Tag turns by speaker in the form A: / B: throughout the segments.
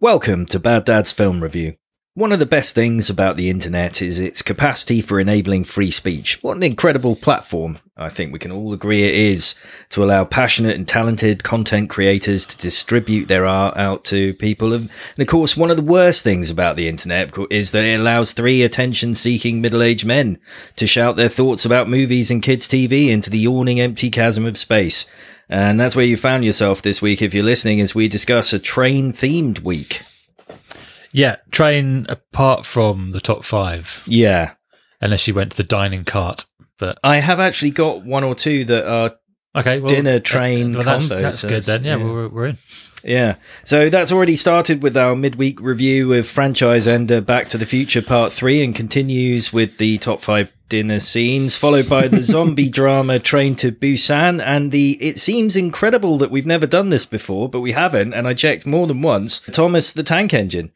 A: Welcome to Bad Dad's Film Review. One of the best things about the internet is its capacity for enabling free speech. What an incredible platform, I think we can all agree it is, to allow passionate and talented content creators to distribute their art out to people. And of course, one of the worst things about the internet is that it allows three attention seeking middle aged men to shout their thoughts about movies and kids' TV into the yawning empty chasm of space. And that's where you found yourself this week if you're listening as we discuss a train themed week.
B: Yeah, train apart from the top five,
A: Yeah.
B: unless you went to the dining cart. But
A: I have actually got one or two that are
B: okay, well,
A: Dinner
B: uh,
A: train
B: well, that's,
A: combo,
B: that's
A: so
B: good
A: it's-
B: then. Yeah,
A: yeah.
B: We're, we're in.
A: yeah. So that's already started with our midweek review of franchise ender Back to the Future Part 3 and continues with the top 5 dinner scenes followed by the zombie drama Train to Busan and the it seems incredible that we've never done this before but we haven't and I checked more than once Thomas the Tank Engine.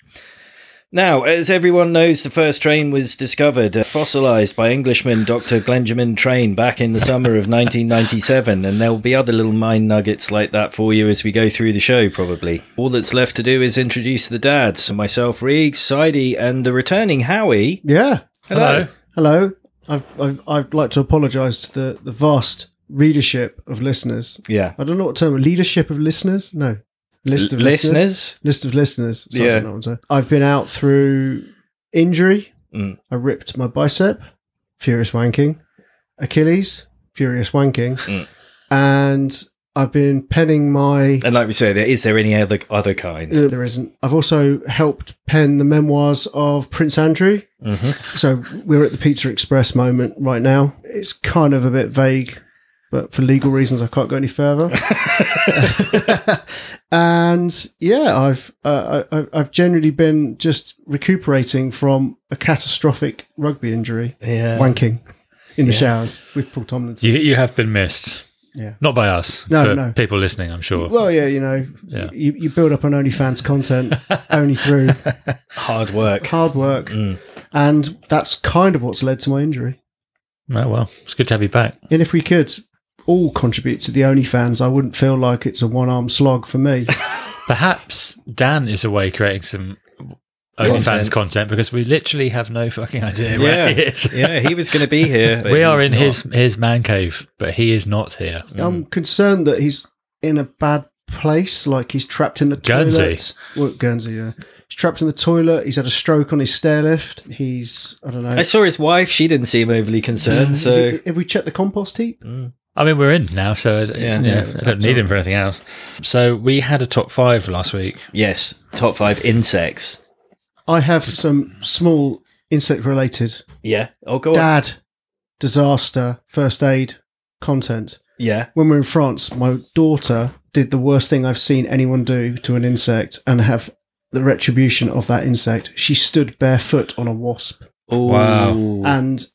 A: Now, as everyone knows, the first train was discovered, uh, fossilized by Englishman Dr. Glenjamin Train back in the summer of 1997, and there'll be other little mind nuggets like that for you as we go through the show, probably. All that's left to do is introduce the dads, myself, Riggs, Sidey, and the returning Howie.
C: Yeah.
B: Hello.
C: Hello. I've, I've, I'd like to apologise to the, the vast readership of listeners.
A: Yeah.
C: I don't know what term, leadership of listeners? No. List of
A: L-
C: listeners.
A: listeners?
C: List of listeners. So I
A: Yeah.
C: don't know what I'm saying. I've been out through injury.
A: Mm.
C: I ripped my bicep, furious wanking. Achilles, furious wanking.
A: Mm.
C: And I've been penning my.
A: And like we say, there is there any other other kind?
C: Uh, There isn't. I've also helped pen the memoirs of Prince Andrew.
A: hmm
C: So we're at the Pizza Express moment right now. It's kind of a bit vague, but for legal reasons, I can't go any further. and yeah, I've uh, I, I- I've generally been just recuperating from a catastrophic rugby injury,
A: Yeah.
C: wanking in the
A: Yeah.
C: showers with Paul Tomlinson.
B: You you have been missed.
C: Yeah.
B: Not by us.
C: No,
B: but
C: no.
B: People listening, I'm
A: Oh.
B: sure.
C: Well, yeah, you know,
B: Yeah.
C: you, you build up on OnlyFans content only through
A: Hard work.
C: hard work,
A: Mm.
C: and that's kind of what's led to my injury.
B: oh well, it's good to have you back.
C: And if we could all contribute to the OnlyFans, I wouldn't feel like it's a one arm slog for me.
B: Perhaps Dan is away creating some OnlyFans
A: Content.
B: content. because we literally have no fucking idea
A: Yeah.
B: where he is.
A: yeah, he was going to be here. but
B: we are
A: he's
B: in
A: not.
B: his his man cave, but he is not here.
C: I'm concerned that he's in a bad place, like he's trapped in the
B: Guernsey.
C: toilet. Well, Guernsey, yeah. He's trapped in the toilet. He's had a stroke on his stair lift. He's, I don't know.
A: I saw his wife. She didn't seem overly concerned.
C: Is
A: So
C: it- have we checked the compost heap?
B: I mean, we're in now, so it-
A: Yeah.
B: it's, yeah, I don't need him for anything else. So we had a top five last week.
A: Yes, top five insects.
C: I have some small insect related
A: Yeah. Oh, go on.
C: dad disaster first aid content.
A: Yeah.
C: when we were in France, my daughter did the worst thing I've seen anyone do to an insect and have the retribution of that insect. She stood barefoot on a wasp
A: Oh,
B: Wow.
C: and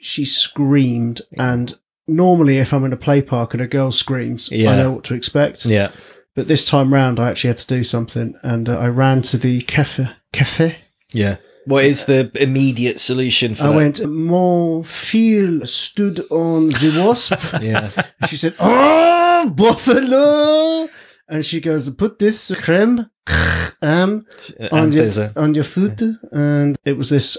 C: she screamed. And normally, if I'm in a play park and a girl screams,
A: Yeah.
C: I know what to expect.
A: yeah.
C: But this time round, I actually had to do something and uh, I ran to the cafe. cafe.
A: Yeah. What is the immediate solution for
C: I
A: that?
C: went, Mon fil stood on the wasp.
A: yeah.
C: She said, "Oh, buffalo!" And she goes, "Put this creme um, on
A: And
C: your
A: there's a-
C: on your food." And it was this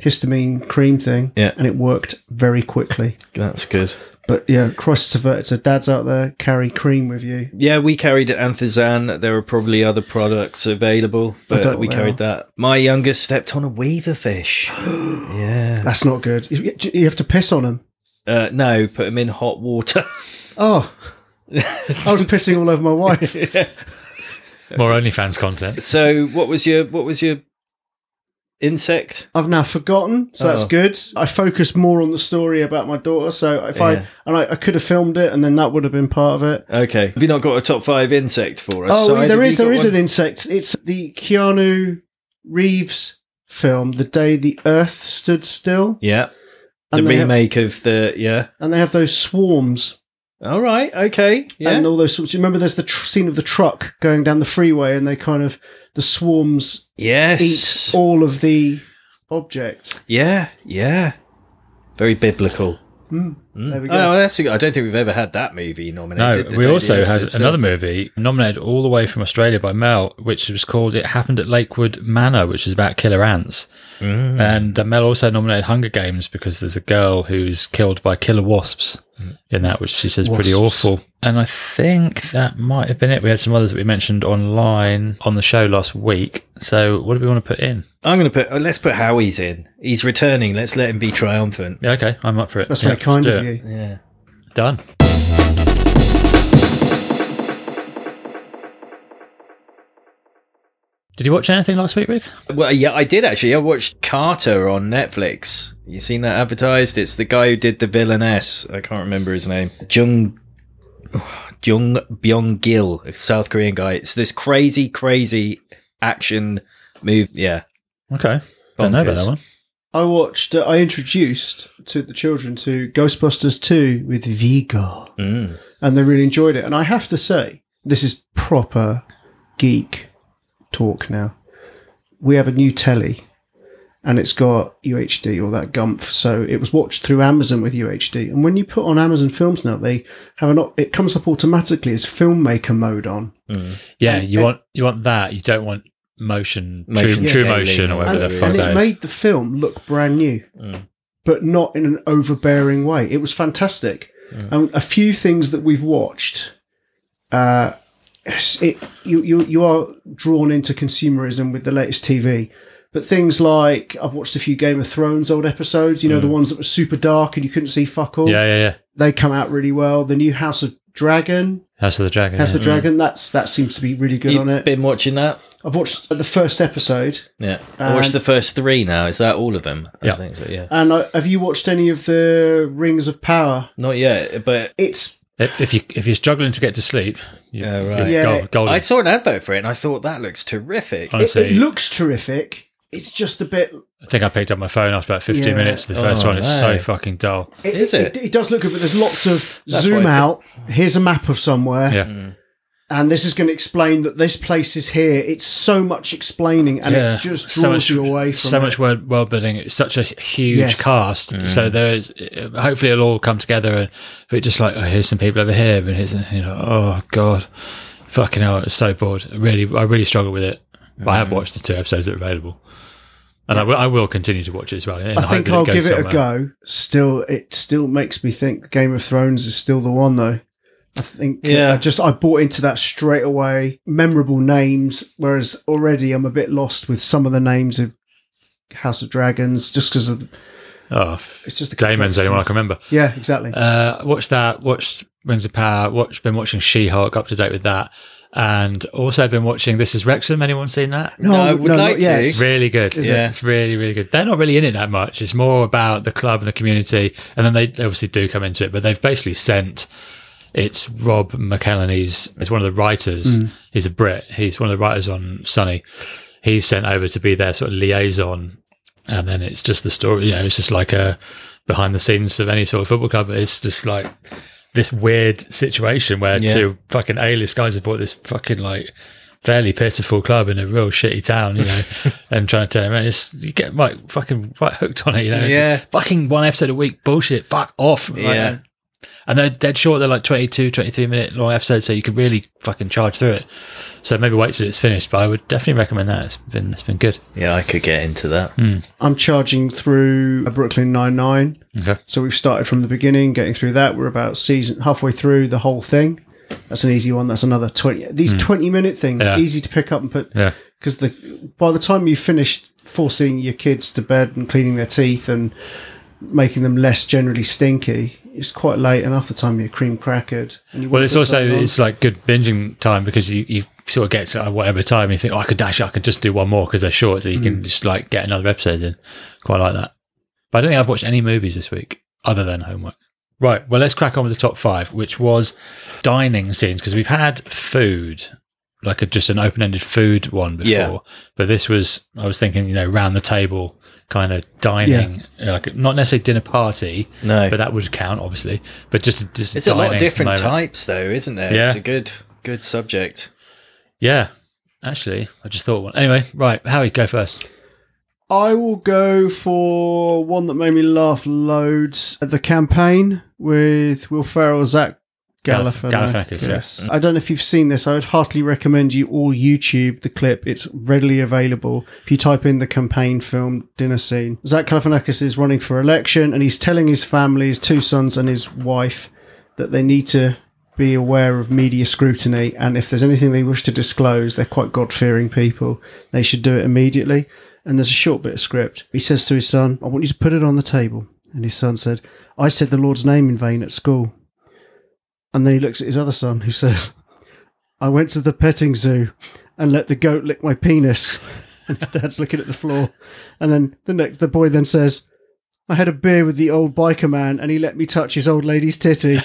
C: antihistamine cream thing,
A: Yeah.
C: and it worked very quickly.
A: that's good.
C: But yeah, Christ subverted. So dads out there, carry cream with you.
A: Yeah, we carried Anthazan. There are probably other products available, but
C: don't know
A: we
C: what they
A: carried that. My youngest stepped on a weaver fish. yeah.
C: That's not good. You you have to piss on them.
A: Uh, no, put him in hot water.
C: Oh, I was pissing all over my wife.
B: More OnlyFans content.
A: so, what was your what was your insect?
C: I've now forgotten, so that's
A: Oh.
C: good. I focus more on the story about my daughter. So if
A: Yeah.
C: I and I, I could have filmed it, and then that would have been part of it.
A: Okay. Have you not got a top five insect for us?
C: Oh,
A: Si,
C: there
A: have you
C: is
A: got
C: there is
A: one?
C: an insect. It's the Keanu Reeves film, The Day the Earth Stood Still.
A: Yeah. The
C: And they have-
A: remake of the yeah.
C: And they have those swarms
A: All right. Okay. Yeah.
C: and all those sorts. You remember there's the tr- scene of the truck going down the freeway and they kind of, the swarms
A: yes.
C: eat all of the object.
A: yeah. Yeah. Very biblical. Mm.
C: There we
A: Oh,
C: go.
A: that's a, I don't think we've ever had that movie
B: No,
A: nominated. the
B: we
A: Daily
B: also
A: Earth
B: had
A: itself.
B: another movie nominated all the way from Australia by Mel, which was called It Happened at Lakewood Manor, which is about killer ants.
A: Mm.
B: And uh, Mel also nominated Hunger Games because there's a girl who's killed by killer wasps in that, which she says is pretty
C: Mm. Wasps.
B: awful. And I think that might have been it. We had some others that we mentioned online on the show last week. So what do we want to put in?
A: I'm going to put. oh, Let's put Howie's in. He's returning. Let's let him be triumphant.
B: Yeah, okay, I'm up for it.
C: That's
B: Yeah,
C: very kind
B: let's do
C: of
B: it.
C: you.
A: Yeah.
B: Done. Did you watch anything last week, Riggs?
A: Well, yeah, I did actually. I watched Carter on Netflix. You seen that advertised? It's the guy who did the villainess. I can't remember his name. Jung Jung Byung Gil, a South Korean guy. It's this crazy, crazy action move. Yeah.
B: Okay. Don't know about
A: Bonkers.
B: that one.
C: I watched. Uh, I introduced to the children to Ghostbusters Two with Vigo,
A: Mm.
C: and they really enjoyed it. And I have to say, this is proper geek talk now. We have a new telly, and it's got UHD or that Gump. So it was watched through Amazon with UHD. And when you put on Amazon films now, they have an. Op- it comes up automatically as filmmaker mode on.
B: Yeah,
C: And-
B: you
C: and-
B: want you want that. You don't want motion,
A: Motion
B: true, true
A: scaling
B: motion, or
A: or
B: whatever
C: and,
B: the
A: whatever
B: fuck
C: and
A: is.
B: that
C: it
B: is.
C: made the film look brand new,
A: Mm.
C: but not in an overbearing way. It was fantastic,
B: Mm.
C: and a few things that we've watched, uh, it's- it, you you you are drawn into consumerism with the latest TV. But things like I've watched a few Game of Thrones old episodes, you know, the ones that were super dark and you couldn't see fuck all.
B: Mm. yeah, yeah, yeah.
C: They come out really well. The new House of Dragon,
B: House of the Dragon.
C: House
B: yeah. Mm.
C: of Dragon, that's that seems to be really good on
A: You've
C: it.
A: been watching that?
C: I've watched the first episode.
A: Yeah. I watched
C: And-
A: the first three now. Is that all of them? I
B: Yeah.
A: think so, yeah.
C: And uh, have you watched any of the Rings of Power?
A: Not yet, but
C: It's
B: If if you if you're struggling to get to sleep, you,
A: Yeah, right.
B: you're
C: Yeah.
B: gold- golden.
A: I saw an advert for it and I thought that looks terrific.
B: Honestly,
C: it, it looks terrific. It's just a bit.
B: I think I picked up my phone after about 15
C: Yeah.
B: minutes. The first
A: Oh,
B: one It's so
A: no.
B: fucking dull.
C: It,
A: Is
C: it?
A: it?
C: does look good, but there's lots of
A: That's
C: zoom
A: what I
C: out. Here's a map of somewhere,
B: Yeah.
C: and this is going to explain that this place is here. It's so much explaining, and
B: yeah,
C: it just draws
B: so much,
C: you away from
B: so
C: it.
B: much word, world building. It's such a huge
C: Yes.
B: cast, so there is. Hopefully, it'll all come together. And but just like, oh, here's some people over here, and here's you know, oh god, fucking hell, it's so bored. I really, I really struggle with it. But I have watched the two episodes that are available, and I will, I will continue to watch it as well. in
C: I
B: the hope
C: think
B: that
C: I'll
B: goes
C: give it a
B: somewhere.
C: go. Still, it still makes me think Game of Thrones is still the one, though. I think
A: Yeah.
C: I just I bought into that straight away. Memorable names, whereas already I'm a bit lost with some of the names of House of Dragons, just because of
B: Oh, f-
C: it's just the
B: Damon's the only one I can remember.
C: complexities. Yeah, exactly.
B: Uh, watched that. Watched Rings of Power. Watched been watching She-Hulk up to date with that, and also been watching This Is Wrexham. Anyone seen that?
C: no,
A: no, I would
C: no,
A: like
C: not yet.
A: to.
B: It's really good.
A: Is
B: yeah,
A: it?
B: it's really really good. They're not really in it that much. It's more about the club and the community, and then they obviously do come into it. But they've basically sent. It's Rob McElhenney's. It's one of the writers.
A: Hmm.
B: He's a Brit. He's one of the writers on Sunny. He's sent over to be their sort of liaison, and then it's just the story. You know, it's just like a behind the scenes of any sort of football club. It's just like this weird situation where
A: Yeah.
B: two fucking A-list guys have bought this fucking like fairly pitiful club in a real shitty town, you know, and trying to turn around. It's, you get like fucking quite hooked on it, you know. It's
A: Yeah.
B: fucking one episode a week bullshit. Fuck off. Like,
A: Yeah.
B: And they're dead short. They're like 22, 23 minute long episodes, so you could really fucking charge through it. So maybe wait till it's finished, but I would definitely recommend that. It's been it's been good.
A: Yeah, I could get into that.
C: I'm charging through uh, Brooklyn Nine Nine.
B: Okay.
C: So we've started from the beginning, getting through that. We're about season halfway through the whole thing. That's an easy one. That's another twenty. These twenty-minute things
B: Hmm. Yeah.
C: easy to pick up and put
B: Yeah.
C: because the by the time you finished forcing your kids to bed and cleaning their teeth and making them less generally stinky, it's quite late. And half the time you're cream crackered. And you
B: Well,
C: wanna
B: it's
C: put
B: also
C: something on.
B: it's like good binging time because you, you sort of get to whatever time and you think, oh, I could dash, I could just do one more because they're short, so you
A: Hmm.
B: can just like get another episode in. Quite like that. But I don't think I've watched any movies this week other than homework. Right. Well, let's crack on with the top five, which was dining scenes because we've had food, like a, just an open-ended food one before,
A: Yeah.
B: but this was I was thinking, you know, round the table kind of dining, like not necessarily dinner party,
A: No.
B: but that would count obviously. But just just
A: It's a lot
B: dining
A: of different
B: moment.
A: types, though, isn't there?
B: Yeah.
A: It's a good, good subject.
B: Yeah, actually, I just thought one. Anyway, right, Howie, go first.
C: I will go for one that made me laugh loads. The campaign with Will Ferrell, Zach
B: Galif-
C: Galifianakis.
B: Galifianakis, yeah.
C: I don't know if you've seen this. I would heartily recommend you all YouTube the clip. It's readily available. If you type in the campaign film dinner scene, Zach Galifianakis is running for election, and he's telling his family, his two sons, and his wife that they need to be aware of media scrutiny and if there's anything they wish to disclose they're quite god-fearing people they should do it immediately and there's a short bit of script he says to his son i want you to put it on the table and his son said i said the lord's name in vain at school and then he looks at his other son who says i went to the petting zoo and let the goat lick my penis and his dad's looking at the floor and then the next the boy then says I had a beer with the old biker man and he let me touch his old lady's titty.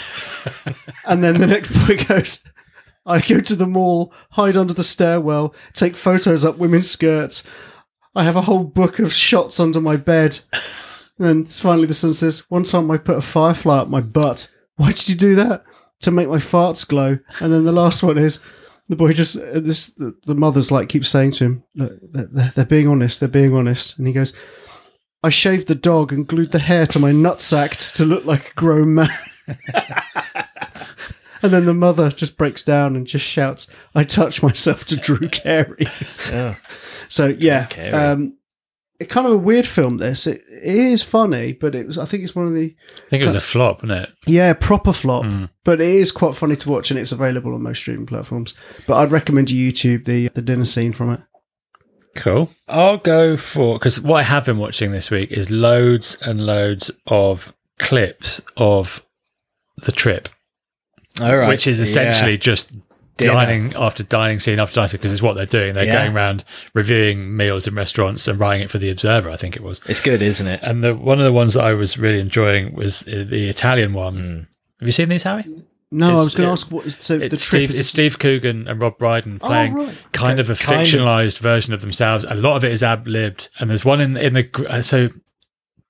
C: And then the next boy goes, I go to the mall, hide under the stairwell, take photos up women's skirts. I have a whole book of shots under my bed. And then finally the son says, One time I put a firefly up my butt. Why did you do that? To make my farts glow. And then the last one is, the boy just uh, this the, the mother's like keeps saying to him look they're, they're- they're being honest they're being honest and he goes i shaved the dog and glued the hair to my nutsack t- to look like a grown man and then the mother just breaks down and just shouts i touch myself to drew carey
A: Oh.
C: so yeah
A: Drew Carey.
C: um it kind of a weird film this it, it is funny but it was i think it's one of the
B: I think it was a flop, wasn't it?
C: yeah, proper flop,
B: Hmm.
C: but it is quite funny to watch, and it's available on most streaming platforms. But I'd recommend you YouTube the the dinner scene from it.
B: Cool. I'll go for because what I have been watching this week is loads and loads of clips of the trip,
A: All right.
B: which is essentially
A: Yeah.
B: just
A: Dinner.
B: dining after dining scene after dining because it's what they're doing. They're
A: Yeah.
B: going around reviewing meals in restaurants and writing it for the Observer. I think it was.
A: It's good, isn't it?
B: And the one of the ones that I was really enjoying was uh, the Italian one.
A: Hmm.
B: Have you seen these, Harry?
C: No, I
B: It's-
C: was going
B: it-
C: to ask what is so the
B: It's
C: trip
B: Steve,
C: is
B: it's Steve Coogan and Rob Brydon
C: Oh,
B: playing
C: right.
B: kind of a
A: Kind of.
B: fictionalized version of themselves. A lot of it is ab libbed, and there's one in in the gr- uh, so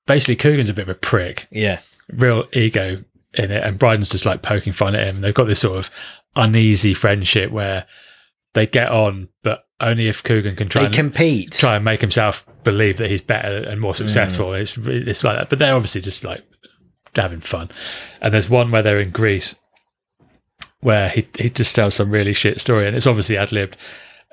B: basically Coogan's a bit of a prick,
A: Yeah.
B: real ego in it, and Brydon's just like poking fun at him. And they've got this sort of uneasy friendship where they get on, but only if Coogan can try
A: They
B: and
A: compete.
B: try and make himself believe that he's better and more successful. It's it's like that, but they're obviously just like having fun. And there's one where they're in Greece, where he he just tells some really shit story, and it's obviously ad libbed.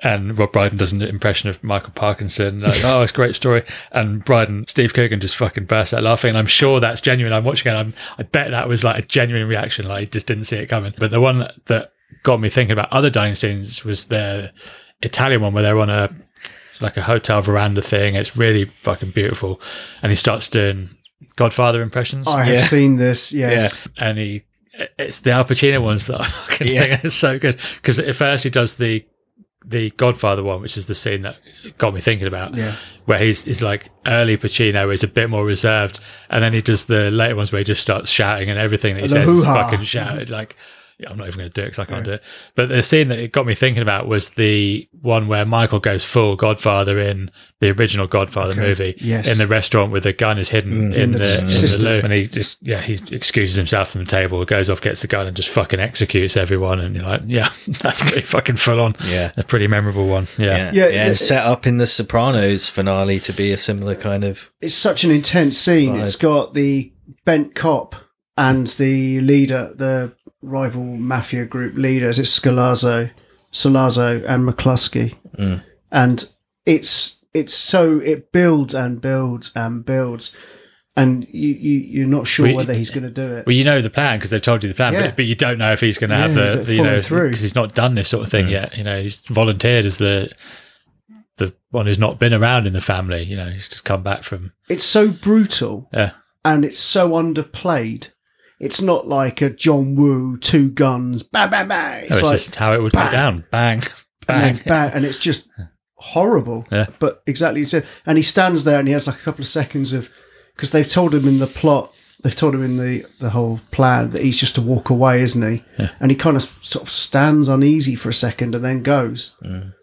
B: And Rob Brydon does an impression of Michael Parkinson. Like, oh, it's a great story. And Brydon, Steve Coogan just fucking bursts out laughing. And I'm sure that's genuine. I'm watching it. and I'm, I bet that was like a genuine reaction. Like, he just didn't see it coming. But the one that got me thinking about other dining scenes was their Italian one where they're on a like a hotel veranda thing. It's really fucking beautiful. And he starts doing Godfather impressions.
C: I have
A: Yeah.
C: seen this. Yes,
B: And he, it's the Al Pacino ones that I fucking think is so good. Because at first he does the, the Godfather one, which is the scene that got me thinking about,
C: Yeah.
B: where he's, he's like early Pacino is a bit more reserved, and then he does the later ones where he just starts shouting and everything that he
C: The
B: says is
C: hoo-ha.
B: fucking shouted. Like, yeah, I'm not even going to do it because I can't do it. But the scene that it got me thinking about was the one where Michael goes full Godfather in the original Godfather movie,
C: yes. Mm.
B: in the restaurant where the gun is hidden in,
C: the
B: the, in the
C: system.
B: loo, and he just yeah he excuses himself from the table, goes off, gets the gun, and just fucking executes everyone. And you're like, yeah, that's pretty fucking full on.
A: Yeah.
B: a pretty memorable one.
A: Yeah.
B: Yeah,
A: Yeah.
C: Yeah,
A: yeah.
C: yeah.
A: It's set up in the Sopranos finale to be a similar kind of.
C: it's such an intense scene. It's got the bent cop and the leader, the rival mafia group leaders. It's Scalazzo, Salazzo, and McCluskey,
A: Mm.
C: and it's it's so it builds and builds and builds, and you, you you're not sure
B: We-
C: whether he's going to do it.
B: Well, you know the plan because they've told you the plan,
C: Yeah.
B: but, but you don't know if he's going to
C: Yeah,
B: have
C: you
B: the,
C: don't
B: the you
C: follow
B: know
C: through.
B: because he's not done this sort of thing yet. You know, he's volunteered as the the one who's not been around in the family. You know, he's just come back from
C: it's so brutal
B: yeah.
C: and it's so underplayed. It's not like a John Woo, two guns, bang, bang, bang.
B: Oh, It's,
C: It's, like,
B: just how it would
C: bang.
B: go down, bang, bang.
C: and then bang, and it's just horrible.
B: Yeah.
C: But exactly, so, and he stands there and he has like a couple of seconds of because they've told him in the plot, they've told him in the the whole plan that he's just to walk away, isn't he? And he kind of sort of stands uneasy for a second and then goes.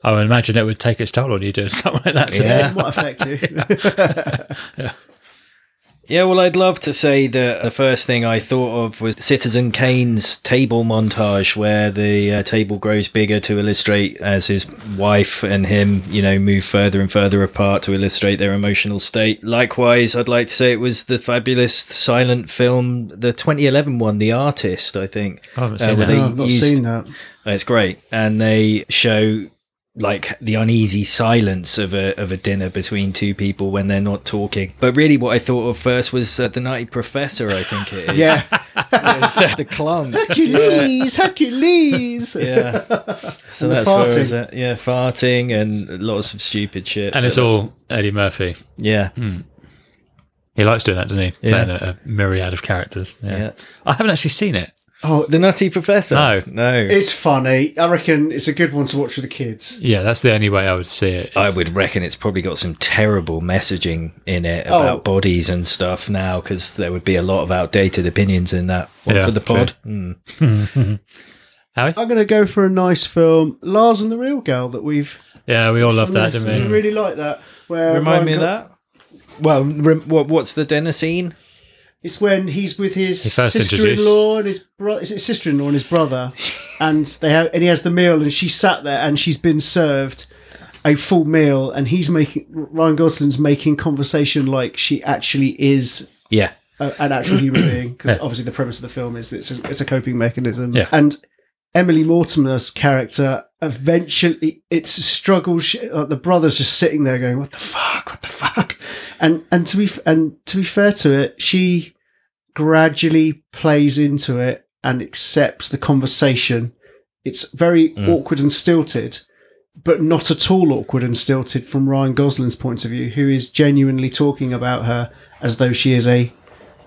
B: I would imagine it would take its toll on you doing something like that.
A: Yeah.
C: It might affect you.
A: Yeah, well, I'd love to say that the first thing I thought of was Citizen Kane's table montage, where the uh, table grows bigger to illustrate as his wife and him, you know, move further and further apart to illustrate their emotional state. Likewise, I'd like to say it was the fabulous silent film, the 2011 one, The Artist, I think.
B: I haven't
A: Uh,
B: seen
A: were
B: that.
A: they-
C: No, I've not
A: used-
C: seen that.
A: It's great, and they show like the uneasy silence of a of a dinner between two people when they're not talking. But really, what I thought of first was uh, the Nutty Professor. I think it is.
C: Yeah.
A: the clumps.
C: Hercules, Hercules.
A: Yeah, so
C: And the
A: that's where I
C: farting.
A: was at. Yeah, farting and lots of stupid shit.
B: And it's
A: But that's-
B: all Mm. Eddie Murphy.
A: yeah.
B: He likes doing that, doesn't he?
A: Yeah.
B: Playing a, a myriad of characters. Yeah.
A: Yeah.
B: I haven't actually seen it.
C: Oh,
A: The Nutty Professor.
B: No.
A: no.
C: it's funny. I reckon it's a good one to watch with the kids.
B: Yeah, that's the only way I would see it.
A: I would reckon it's probably got some terrible messaging in it about
C: Oh.
A: bodies and stuff now, because there would be a lot of outdated opinions in that one
B: Yeah,
A: for the
B: true.
A: pod. Mm.
B: Howie?
C: I'm going to go for a nice film, Lars and the Real Girl, that we've.
B: Yeah, we all love that,
C: I
B: don't we?
C: really like that. Where Ryan
A: Remind me of
C: Go-
A: that. Well, rem- what, what's the dinner scene?
C: It's when he's with his
B: He first
C: sister-in-law and his brother. Is it sister-in-law and his brother? and they have, and he has the meal, and she sat there, and she's been served a full meal, and he's making Ryan Gosling's making conversation like she actually is
A: Yeah,
C: a, an actual human being because obviously the premise of the film is that it's a, it's a coping mechanism
B: Yeah.
C: and Emily Mortimer's character eventually it's a struggle she, like the brother's just sitting there going what the fuck what the fuck and and to be f- and to be fair to it she gradually plays into it and accepts the conversation it's very awkward and stilted but not at all awkward and stilted from Ryan Gosling's point of view who is genuinely talking about her as though she is a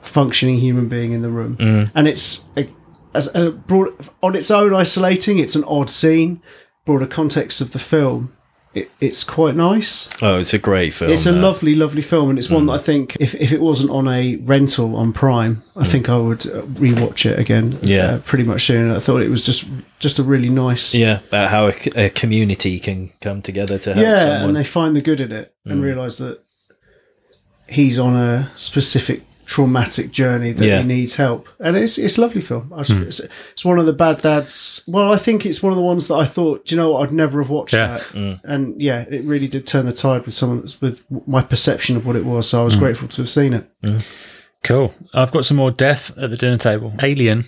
C: functioning human being in the room.
A: Mm.
C: And it's a, as a broad, on its own isolating. It's an odd scene. Broader context of the film, it, it's quite nice.
A: Oh, it's a great film. Mm.
C: it's a
A: that.
C: lovely, lovely film, and it's one that I think if, if it wasn't on a rental on Prime, I think I would uh, rewatch it again.
A: Mm. Yeah.
C: uh, pretty much soon. I thought it was just just a really nice.
A: Yeah, about how a, c- a community can come together to help
C: yeah,
A: someone. Mm.
C: and they find the good in it and realize that he's on a specific traumatic journey that
A: Yeah. Hmm.
C: he needs help, and it's it's a lovely film. I s- It's, it's one of the bad dads. Well, I think it's one of the ones that I thought, "Do you know, what? I'd never have watched
B: Yeah.
C: that,
A: Mm.
C: and yeah, it really did turn the tide with someone that's with my perception of what it was. So I was
A: Hmm.
C: grateful to have seen it.
B: Cool. I've got some more death at the dinner table. Alien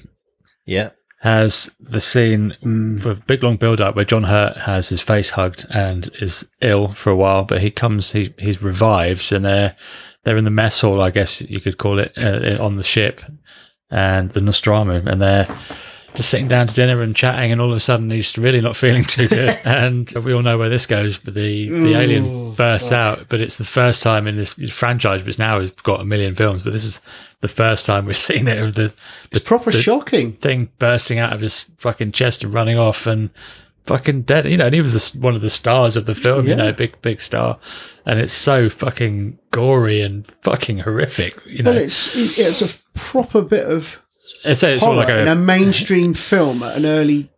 A: yeah,
B: has the scene for a big long build up where John Hurt has his face hugged and is ill for a while, but he comes, he, he's revived, and they're they're in the mess hall, I guess you could call it, uh, on the ship, and the Nostromo, and they're just sitting down to dinner and chatting, and all of a sudden he's really not feeling too good, and we all know where this goes. But the the alien bursts out, but it's the first time in this franchise, which now has got a million films, but this is the first time we've seen it of the the
C: It's proper
B: the-
C: shocking.
B: thing bursting out of his fucking chest and running off and fucking dead. You know, and he was the, s- one of the stars of the film. You know, big big star, and it's so fucking gory and fucking horrific. You know,
C: Well, it's it's a proper bit of
B: it's, it's all
C: horror
B: like
C: in
B: a,
C: a mainstream film at an early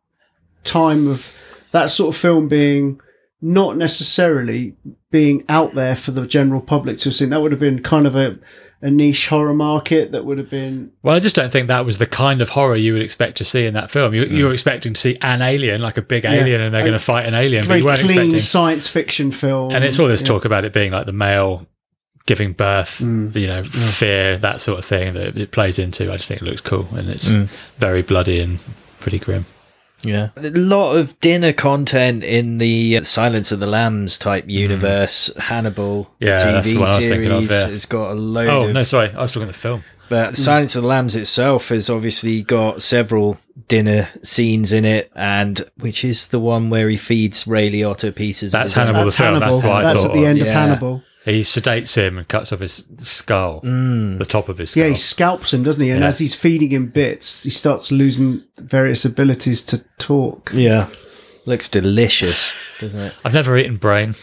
C: time of that sort of film being not necessarily being out there for the general public to have seen. That would have been kind of a, a niche horror market. That would have been
B: well, I just don't think that was the kind of horror you would expect to see in that film. You,
C: Mm.
B: you were expecting to see an alien, like a big alien, and they're
C: A
B: going to fight an alien, but
C: very
B: you weren't
C: clean
B: expecting
C: science fiction film.
B: and it's all this
C: Mm, Yeah. Mm.
B: talk about it being like the male giving birth, you know, fear, that sort of thing that it plays into. I just think it looks cool and it's very bloody and pretty grim.
A: yeah. A lot of dinner content in the uh, Silence of the Lambs type universe. Hannibal,
B: Yeah,
A: the TV
B: that's the one I was
A: series,
B: thinking of, yeah.
A: has got a load
B: Oh,
A: of
B: no, sorry. I was looking at the film.
A: But Silence of the Lambs itself has obviously got several dinner scenes in it, and which is the one where he feeds Ray Liotta pieces. of
B: That's
A: his own-
B: Hannibal.
C: That's
B: the film, that's
C: Hannibal. That's,
B: what I thought
C: at the
B: of,
C: end of
A: yeah.
C: Hannibal.
B: He sedates him and cuts off his skull, the top of his skull.
C: Yeah, he scalps him, doesn't he? And
B: Oh. Yeah.
C: as he's feeding him bits, he starts losing various abilities to talk.
A: Yeah, looks delicious, doesn't it?
B: I've never eaten brain.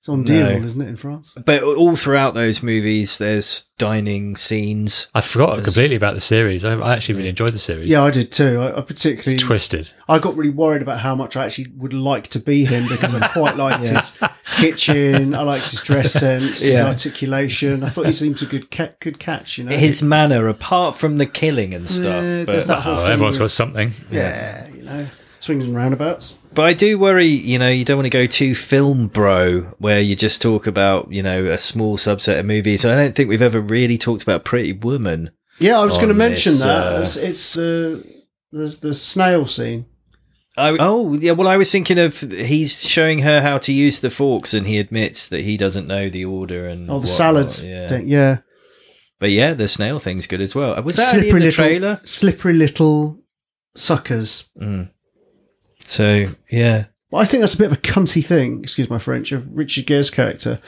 C: It's on deal, isn't it, in France?
A: But all throughout those movies, there's dining scenes.
B: I forgot completely about the series. I, I actually really enjoyed the series.
C: Yeah, I did too. I, I particularly
B: It's twisted.
C: I got really worried about how much I actually would like to be him because I quite liked his kitchen. I liked his dress sense, his
A: Yeah.
C: articulation. I thought he seemed a good ca- good catch. You know,
A: His manner, apart from the killing and stuff.
C: Yeah,
A: but, uh,
C: there's that whole
B: Oh,
C: thing
B: everyone's
C: with-
B: got something.
C: yeah, you know, swings and roundabouts.
A: but I do worry, you know, you don't want to go too film bro, where you just talk about, you know, a small subset of movies. I don't think we've ever really talked about Pretty Woman.
C: Yeah, I was going to
A: On
C: mention
A: this,
C: that.
A: uh,
C: It's, it's the, the the snail scene.
A: I, oh, yeah. Well, I was thinking of he's showing her how to use the forks, and he admits that he doesn't know the order and
C: Oh, the
A: whatnot,
C: salad
A: Yeah.
C: thing. Yeah,
A: But yeah, the snail thing's good as well. Was that only in the
C: little,
A: trailer?
C: slippery little suckers.
A: Mm. So yeah,
C: Well, I think that's a bit of a cunty thing. Excuse my French of Richard Gere's character,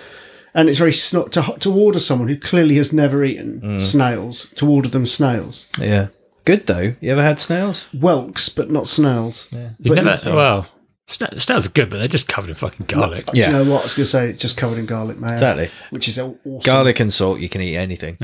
C: and it's very snot to to order someone who clearly has never eaten
A: Mm.
C: snails to order them snails.
A: yeah. Good though. You ever had snails?
C: Welks, but not snails. Yeah.
B: He's never, well, sna- snails are good, but they're just covered in fucking garlic.
A: Yeah.
C: Do you know what I was going to say? It's just covered in garlic mayo,
A: Exactly.
C: which is aw- awesome.
A: Garlic and salt. You can eat anything.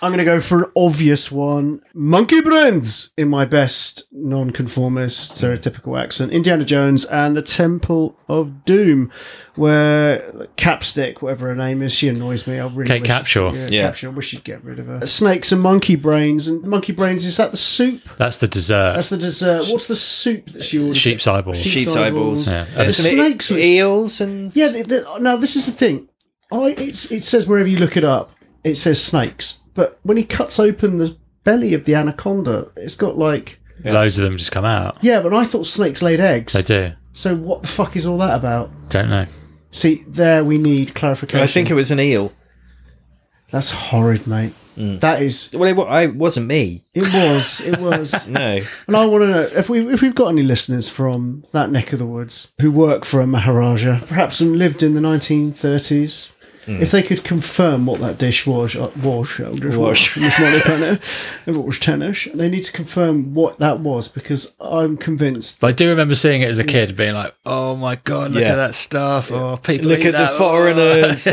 C: I'm going to go for an obvious one. Monkey Brains in my best non-conformist stereotypical accent. Indiana Jones and the Temple of Doom, where Capstick, whatever her name is, she annoys me. I really
B: Kate
C: wish-
B: Capshaw.
C: Yeah,
A: Yeah.
C: Capshaw. Wish she'd get rid of her. Snakes and monkey brains, and monkey brains is that the soup?
B: That's the dessert.
C: That's the dessert. What's the soup that she orders?
B: Sheep's eyeballs.
C: Sheep-
A: Sheep's eyeballs.
C: eyeballs.
B: Yeah.
A: And
C: There's
A: some e-
C: snakes and-
A: eels, and
C: Yeah. The, the, now this is the thing. I it's it says wherever you look it up, it says snakes. But when he cuts open the belly of the anaconda, it's got like
B: Loads of them just come out.
C: yeah. But I thought snakes laid eggs.
B: They do.
C: So what the fuck is all that about?
B: Don't know.
C: See, there we need clarification.
A: I think it was an eel.
C: that's horrid, mate. That is.
A: Well, it, wa- I wasn't me.
C: It was. It was.
A: No.
C: And I want to know if we if we've got any listeners from that neck of the woods who work for a Maharaja, perhaps and lived in the 1930s, if they could confirm what that dish was, uh, was, uh, dish
A: Wash.
C: was, was what it kind of- if it was Tanish, they need to confirm what that was because I'm convinced.
B: But I do remember seeing it as a kid, being like, "Oh my god, look
A: Yeah.
B: at that stuff! Oh, people
A: Look
B: eat
A: at the
B: that.
A: foreigners.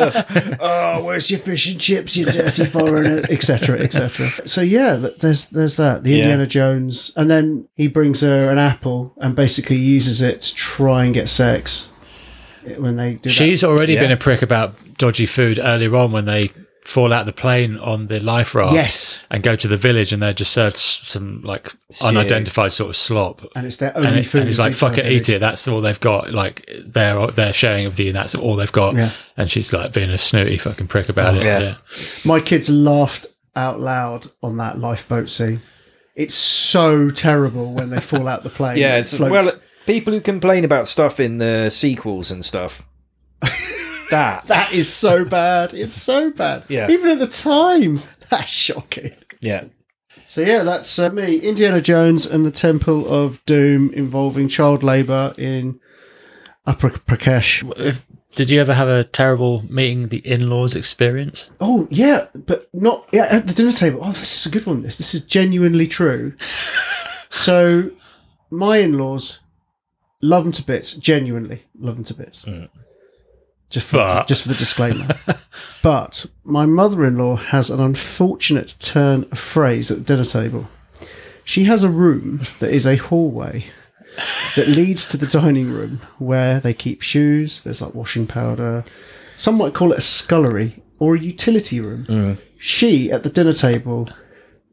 C: Oh, where's your fish and chips, you dirty foreigner, etc., etc. So yeah, th- there's there's that the
A: Yeah.
C: Indiana Jones, and then he brings her an apple and basically uses it to try and get sex. When they do that.
B: She's already
A: Yeah.
B: been a prick about dodgy food earlier on when they fall out of the plane on the life raft.
C: Yes.
B: And go to the village and they're just served s- some like
A: Stew.
B: unidentified sort of slop.
C: and it's their
B: And,
C: only
B: it,
C: food.
B: and he's like, fuck it, eat it. That's all they've got. Like they're they're sharing it with you, and that's all they've got.
C: Yeah.
B: And she's like being a snooty fucking prick about it.
A: Oh, Yeah.
C: My kids laughed out loud on that lifeboat scene. It's so terrible when they fall out the plane.
A: yeah.
C: and
A: It's,
C: float.
A: well, people who complain about stuff in the sequels and stuff. that.
C: that is so bad. It's so bad.
A: Yeah.
C: Even at the time, that's shocking.
A: Yeah.
C: So yeah, that's uh, me, Indiana Jones and the Temple of Doom, involving child labour in Upper Prakesh.
B: If, did you ever have a terrible meeting the in laws experience?
C: Oh yeah, but not yeah at the dinner table. Oh, this is a good one. This this is genuinely true. so, my in-laws love them to bits. Genuinely love them to bits. Just for
B: But-
C: just for the disclaimer. but my mother-in-law has an unfortunate turn of phrase at the dinner table. She has a room that is a hallway that leads to the dining room where they keep shoes. There's like washing powder. Some might call it a scullery or a utility room. She at the dinner table.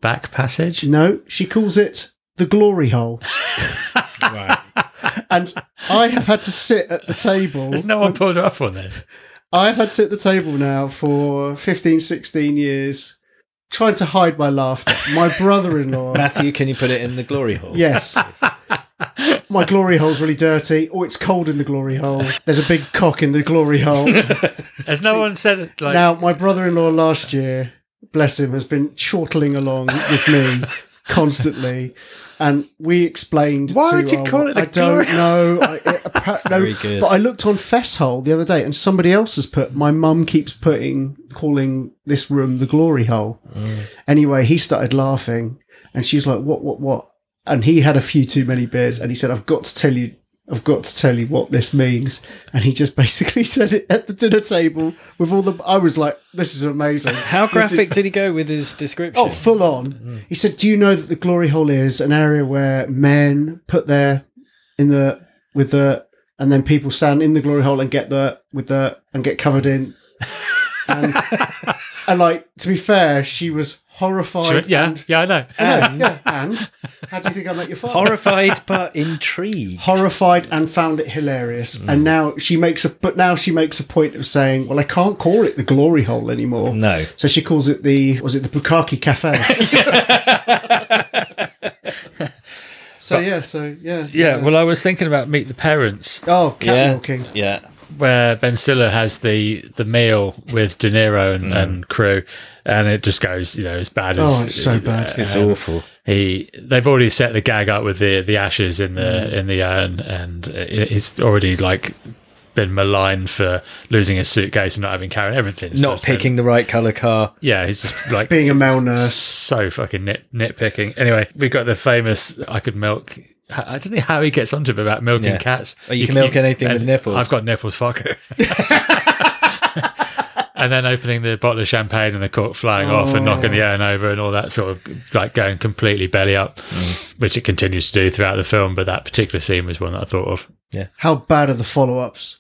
B: Back passage?
C: No, she calls it the glory hole.
A: Right.
C: And I have had to sit at the table.
B: There's no one pulled her up on this.
C: I've had to sit at the table now for 15, 16 years, trying to hide my laughter. My brother-in-law.
A: Matthew, can you put it in the glory hole?
C: Yes. My glory hole's really dirty. Oh, it's cold in the glory hole. There's a big cock in the glory hole.
B: There's no one said it, like
C: Now, my brother in law last year, bless him, has been chortling along with me constantly. And we explained.
B: Why
C: to
B: would you
C: our-
B: call it a
C: I don't
B: glory-
C: know. I, it, appa- no,
A: very good.
C: But I looked on Fesshole the other day, and somebody else has put. My mum keeps putting calling this room the glory hole.
B: Mm.
C: Anyway, he started laughing, and she's like, "What? What? What?" And he had a few too many beers, and he said, "I've got to tell you." I've got to tell you what this means. And he just basically said it at the dinner table with all the. I was like, this is amazing.
A: How
C: This is-
A: graphic did he go with his description?
C: Oh, full on. He said, "Do you know that the glory hole is an area where men put their in the with the and then people stand in the glory hole and get the with the and get covered in. And, and like to be fair, she was
B: Sure,
C: horrified.
B: yeah,
C: and,
B: yeah, I know.
C: I know, yeah, and how do you think I met your father?
A: Horrified but intrigued.
C: horrified and found it hilarious. And now she makes a but now she makes a point of saying, "Well, I can't call it the glory hole anymore."
A: No.
C: So she calls it the was it the Bukaki Cafe. so yeah, so yeah,
B: Yeah, well, I was thinking about Meet the Parents,
C: oh, cat
A: yeah.
C: milking.
A: Yeah.
B: where Ben Stiller has the the meal with De Niro and, and crew, and it just goes, you know, as bad as
C: Oh, it's so bad.
A: It's
B: um,
A: awful.
B: He, they've already set the gag up with the the ashes in the in the urn, and it, it's already like been maligned for losing his suitcase and not having carried everything. So
A: Not
B: it's been-
A: picking the right colour car.
B: yeah, he's just like
C: Being a male
B: it's
C: nurse.
B: So fucking nit, nitpicking. Anyway, we got the famous I could milk. I don't know how he gets onto it about milking
A: Yeah.
B: cats.
A: Oh, you can milk anything with
B: and
A: nipples.
B: I've got nipples, fucker. and then opening the bottle of champagne and the cork flying off and knocking
A: Oh.
B: the urn over and all that sort of like going completely belly up,
A: Mm.
B: which it continues to do throughout the film. But that particular scene was one that I thought of.
C: How bad are the follow-ups?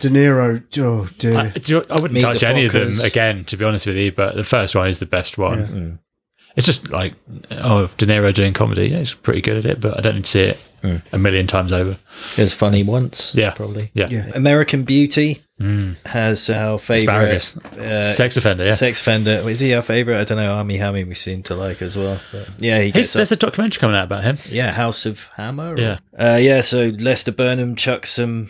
C: De Niro, oh dear.
B: I, do you- I wouldn't
A: Meet
B: touch
A: the
B: any of them
A: Fockers. Mm.
B: again, to be honest with you. But the first one is the best one. It's just like oh, De Niro doing comedy. Yeah, he's pretty good at it, but I don't need to see it
A: Mm.
B: a million times over.
A: It was funny once.
B: Yeah,
A: Probably.
B: Yeah,
C: Yeah.
A: American Beauty has our favourite
B: asparagus, sex offender. Yeah,
A: uh, sex offender. Is he our favourite? I don't know. Army Hammy we seem to like as well. But yeah, he
B: He's-
A: gets up.
B: there's a documentary coming out about him.
A: Yeah, House of Hammer. or-
B: Yeah.
A: Uh, yeah, so Lester Burnham chucks some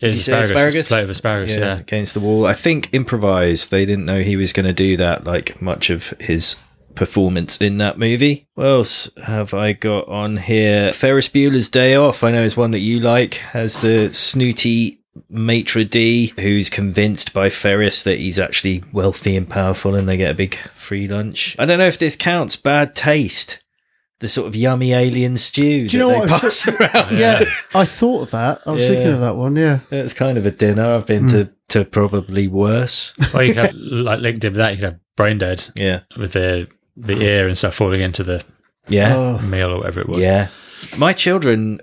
B: It's
A: you say asparagus?
B: It's a plate of asparagus.
A: yeah,
B: Yeah.
A: against the wall. I think improvised. They didn't know he was going to do that. Like much of his performance in that movie. What else have I got on here? Ferris Bueller's Day Off. I know is one that you like. Has the snooty maitre d who's convinced by ferris that he's actually wealthy and powerful and they get a big free lunch i don't know if this counts bad taste the sort of yummy alien stew
C: Do you know
A: that
C: what
A: they
C: I've-
A: pass around
C: yeah, I thought of that. I was
A: Yeah.
C: thinking of that one. Yeah,
A: it's kind of a dinner I've
C: Hmm.
A: been to to probably worse.
B: or you could have like linked in with that. You could have brain dead
A: Yeah.
B: with
A: Oh.
B: the the ear and stuff falling into the
A: Yeah.
C: Oh,
B: meal or whatever it was.
A: yeah. My children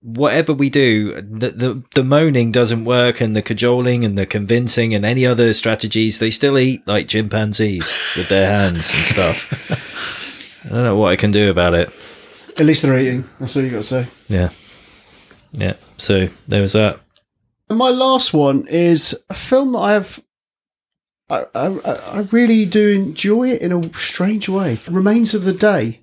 A: whatever we do the, the the moaning doesn't work and the cajoling and the convincing and any other strategies they still eat like chimpanzees with their hands and stuff. I don't know what I can do about it.
C: at least they're eating. That's all you got to say.
A: Yeah. Yeah. So there was that.
C: And my last one is a film that I have. I, I, I really do enjoy it in a strange way. Remains of the Day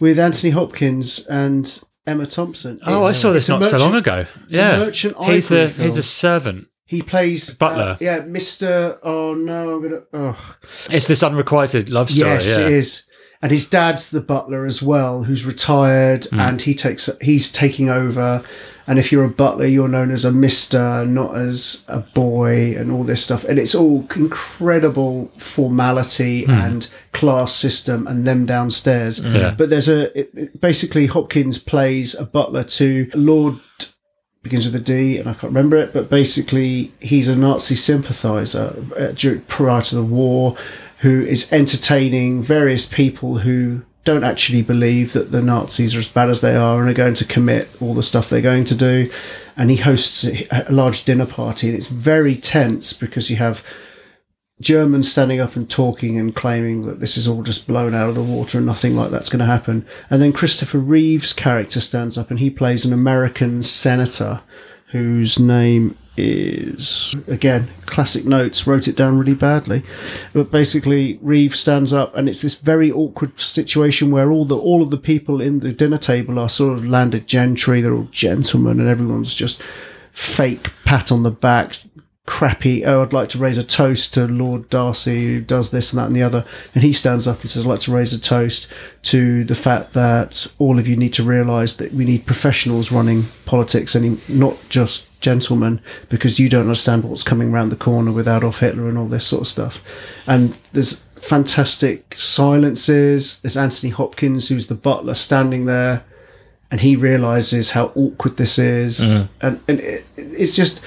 C: with Anthony Hopkins and Emma Thompson.
B: Oh, I
C: It's-
B: saw
C: it's
B: this
C: a
B: not
C: merchant-
B: so long ago.
C: it's a
B: yeah,
C: merchant
B: he's
C: ivory
B: the
C: film.
B: he's a servant.
C: He plays uh,
B: Butler.
C: yeah, Mister. Oh no, I'm gonna. Oh,
B: It's this unrequited love story.
C: yes,
B: yeah.
C: it is. And his dad's the butler as well, who's retired,
B: Hmm.
C: and he takes he's taking over. And if you're a butler, you're known as a mister, not as a boy, and all this stuff. And it's all incredible formality
B: Hmm.
C: and class system, and them downstairs.
B: Yeah.
C: But there's a it, it- basically Hopkins plays a butler to Lord begins with a D, and I can't remember it, but basically he's a Nazi sympathizer uh, dur prior to the war, who is entertaining various people who don't actually believe that the Nazis are as bad as they are and are going to commit all the stuff they're going to do. And he hosts a a large dinner party, and it's very tense because you have Germans standing up and talking and claiming that this is all just blown out of the water and nothing like that's going to happen. And then Christopher Reeve's character stands up and he plays an American senator whose name is, again, classic notes, wrote it down really badly. But basically, Reeve stands up and it's this very awkward situation where all the all of the people in the dinner table are sort of landed gentry, they're all gentlemen, and everyone's just fake pat on the back, crappy, oh, I'd like to raise a toast to Lord Darcy, who does this and that and the other. And he stands up and says, I'd like to raise a toast to the fact that all of you need to realise that we need professionals running politics and not just gentlemen, because you don't understand what's coming round the corner with Adolf Hitler and all this sort of stuff. And there's fantastic silences. There's Anthony Hopkins, who's the butler, standing there. And he realizes how awkward this is,
B: Mm-hmm.
C: and and it, it's just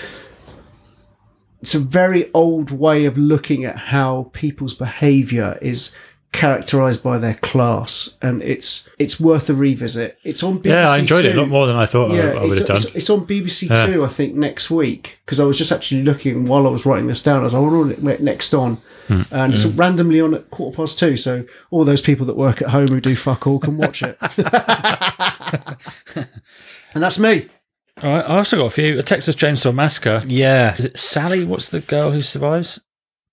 C: it's a very old way of looking at how people's behavior is characterized by their class, and it's it's worth a revisit. It's on BBC.
B: yeah, I enjoyed it a
C: Two.
B: lot more than I thought
C: Yeah,
B: I, I would have
C: it's,
B: done.
C: it's, it's on BBC
B: Yeah.
C: Two, I think, next week because I was just actually looking while I was writing this down. I was like, "What will it next on?"
B: Hmm.
C: And it's randomly on at quarter past two. So all those people that work at home who do fuck all can watch it. and that's me.
B: All right, I've also got a few. A Texas Chainsaw Massacre.
A: Yeah.
B: Is it Sally? What's the girl who survives?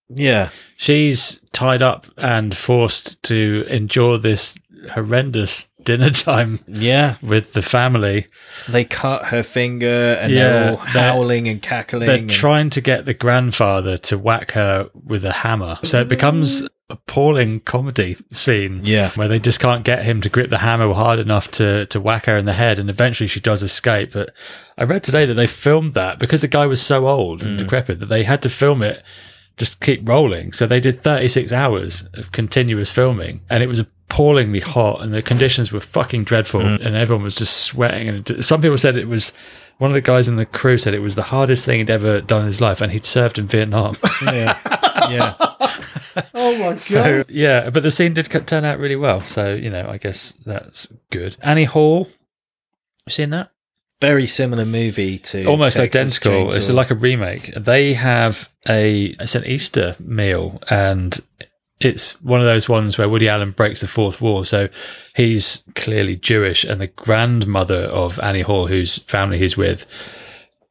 A: Yeah.
B: She's tied up and forced to endure this horrendous dinner time
A: Yeah.
B: with the family.
A: They cut her finger and
B: Yeah,
A: they're all
B: they're-
A: howling and cackling.
B: They're
A: and-
B: trying to get the grandfather to whack her with a hammer. So it becomes appalling comedy scene
A: Yeah.
B: where they just can't get him to grip the hammer hard enough to, to whack her in the head and eventually she does escape but i read today that they filmed that because the guy was so old and decrepit that they had to film it just keep rolling so they did 36 hours of continuous filming and it was appallingly hot and the conditions were fucking dreadful and everyone was just sweating and some people said it was one of the guys in the crew said it was the hardest thing he'd ever done in his life and he'd served in vietnam
A: yeah. Yeah.
C: Oh my god!
B: So yeah, but the scene did co- turn out really well. So you know, I guess that's good. Annie Hall, you seen that?
A: Very similar movie to
B: Almost
A: Texas
B: identical. It's
A: Chainsaw.
B: like a remake. They have a it's an Easter meal, and it's one of those ones where Woody Allen breaks the fourth wall. So he's clearly Jewish, and the grandmother of Annie Hall, whose family he's with.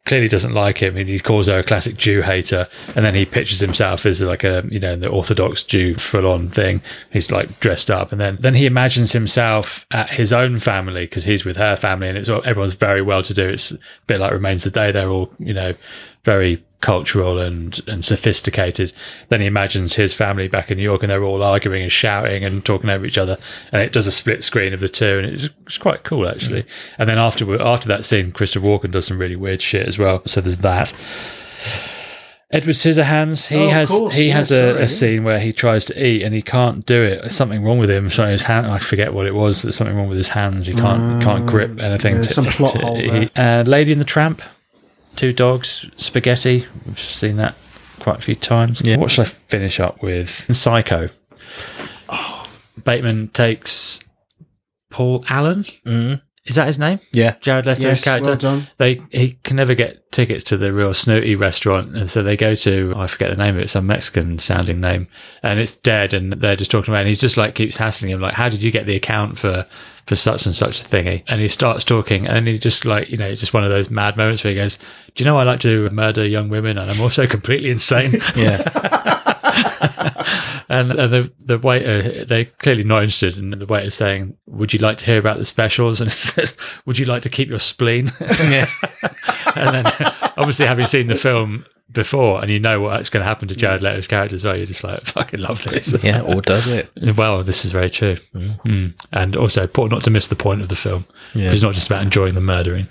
B: Clearly doesn't like him, and he calls her a classic Jew hater. And then he pictures himself as like a you know the Orthodox Jew full on thing. He's like dressed up, and then then he imagines himself at his own family because he's with her family, and it's all, everyone's very well to do. It's a bit like Remains the Day. They're all you know very cultural and and sophisticated. Then he imagines his family back in New York, and they're all arguing and shouting and talking over each other. And it does a split screen of the two, and it's, it's quite cool actually.
C: Mm.
B: And then after after that scene, Christopher Walken does some really weird shit as well. So there's that. Edward Scissorhands, he
C: Oh, of
B: has
C: course,
B: he
C: yeah,
B: has
C: sorry,
B: a,
C: yeah.
B: a scene where he tries to eat and he can't do it. There's something wrong with him. Something his hand, I forget what it was, but something wrong with his hands. He can't he can't grip anything.
C: Ah, there's some plot hole there.
B: Uh, Lady and the Tramp, two dogs, spaghetti. We've seen that quite a few times. What should I finish up with? Psycho.
C: Oh.
B: Bateman takes Paul Allen. Is that his name?
A: Yeah.
B: Jared Leto's
C: Yes,
B: character.
C: well done.
B: They he can never get tickets to the real snooty restaurant, and so they go to I forget the name of it, some Mexican sounding name, and it's dead, and they're just talking about, it, and he's just like keeps hassling him, like, how did you get the account for for such and such a thingy? And he starts talking, and he just like you know, it's just one of those mad moments where he goes, do you know I like to murder young women, and I'm also completely insane.
A: Yeah.
B: And, and the the waiter, they're clearly not interested. And the waiter's saying, "Would you like to hear about the specials?" And it says, "Would you like to keep your spleen?" and then, obviously, having seen the film before, and you know what's going to happen to Jared Leto's character as well, you're just like, "Fucking love this."
A: Yeah. Or does it?
B: Well, this is very true. Mm. And also, important not to miss the point of the film.
A: Yeah.
B: It's not just about enjoying the murdering,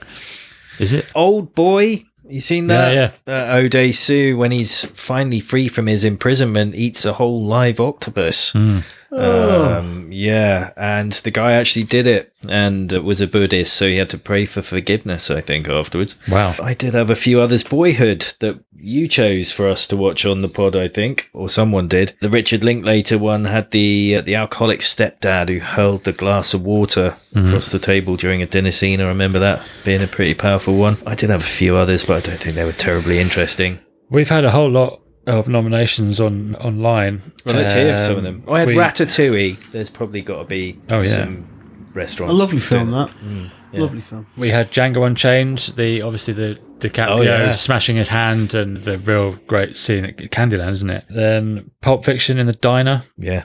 B: is it?
A: Old Boy. You seen that?
B: Yeah,
A: Uh, O'Day Sue, when he's finally free from his imprisonment, eats a whole live octopus. Um, yeah, and the guy actually did it and uh, was a Buddhist, so he had to pray for forgiveness, I think, afterwards.
B: Wow.
A: I did have a few others. Boyhood that you chose for us to watch on the pod, I think, or someone did. The Richard Linklater one had the uh, the alcoholic stepdad who hurled the glass of water
B: Mm-hmm.
A: across the table during a dinner scene. I remember that being a pretty powerful one. I did have a few others, but I don't think they were terribly interesting.
B: We've had a whole lot of nominations on online.
A: Well, let's hear some of
B: Um,
A: them. Oh, I had
B: we-
A: Ratatouille. There's probably got to be
B: Oh, yeah.
A: some restaurants.
C: a lovely
A: doing
C: film
A: it.
C: that.
B: Hmm.
A: yeah.
C: Lovely film.
B: We had Django Unchained, the obviously the DiCaprio
A: Oh, yeah.
B: smashing his hand and the real great scene at Candyland, isn't it? Then Pulp Fiction in the diner,
A: Yeah.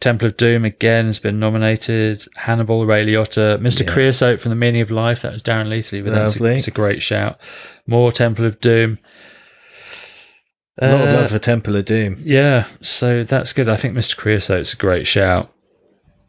B: Temple of Doom again has been nominated. Hannibal, Ray Liotta, Mr. Creosote from The Meaning of Life. That was Darren Leithley, but that's a,
A: Lovely.
B: it's a great shout. More Temple of Doom.
A: A lot of
B: Uh,
A: love for Temple of Doom.
B: Yeah, so that's good. I think Mr. Creosote's a great shout.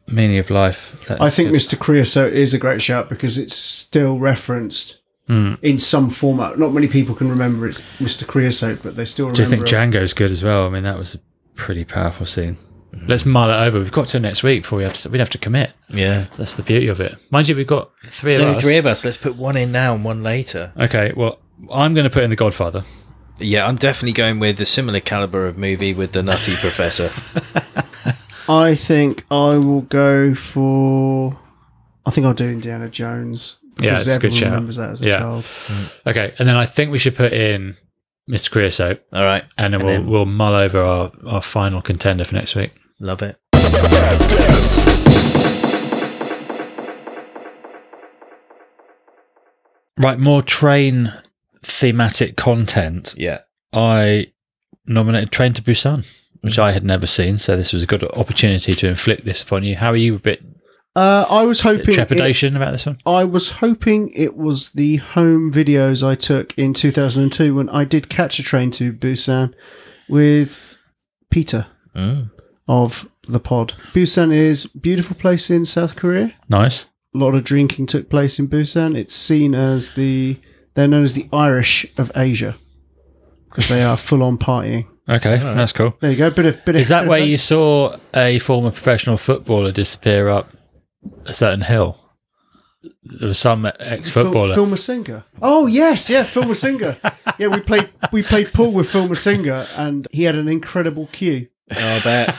B: Meaning of Life. that's
C: I think
B: good.
C: Mr. Creosote is a great shout because it's still referenced
B: Hmm.
C: in some format. Not many people can remember it's Mr. Creosote, but they still remember.
B: Do you think
C: it.
B: Django's good as well? I mean, that was a pretty powerful scene.
A: Mm-hmm.
B: Let's mull it over. We've got to next week before we have to. We'd have to commit.
A: Yeah.
B: That's the beauty of it. Mind you, we've got three
A: There's
B: of
A: only
B: us.
A: three of us. Let's put one in now and one later.
B: Okay. Well, I'm going to put in The Godfather.
A: Yeah, I'm definitely going with a similar caliber of movie with the Nutty Professor.
C: I think I will go for. I think I'll do Indiana Jones.
B: Yeah,
C: because
B: it's a good
C: everyone
B: shout.
C: remembers that as a
B: Yeah.
C: child.
B: Okay, and then I think we should put in Mr. Career Soap,
A: All right.
B: and then
A: And
B: we'll
A: then-
B: we'll mull over our, our final contender for next week.
A: Love it.
B: Right, more train thematic content.
A: Yeah.
B: I nominated Train to Busan,
A: Mm-hmm.
B: which I had never seen, so this was a good opportunity to inflict this upon you. How are you? A bit
C: Uh, I was hoping. it-
B: trepidation about this one?
C: I was hoping it was the home videos I took in 2002 when I did catch a train to Busan with Peter
A: Mm.
C: of the pod. Busan is a beautiful place in South Korea.
B: Nice.
C: A lot of drinking took place in Busan. It's seen as the they're known as the Irish of Asia because they are full on partying.
B: Okay, that's cool.
C: There you go. Bit of bit of
B: Is that
C: bit
B: where
C: of-
B: you saw a former professional footballer disappear up a certain hill? There was some
C: Phil-
B: ex-footballer.
C: Phil Masinga. Oh yes, yeah, Phil Masinga. yeah, we played we played pool with Phil Masinga, and he had an incredible cue.
A: I bet.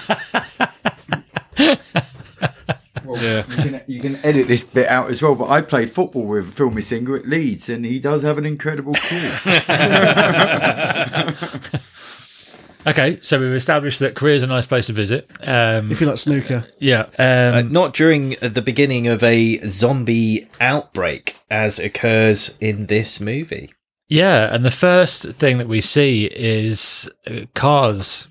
A: yeah.
D: You can, you can edit this bit out as well, but I played football with Phil Singer at Leeds, and he does have an incredible call.
B: Okay, so we've established that Korea's a nice place to visit. Um,
C: If you like snooker,
B: yeah,
A: Uh,
B: um,
A: not during the beginning of a zombie outbreak, as occurs in this movie.
B: yeah. And the first thing that we see is uh, cars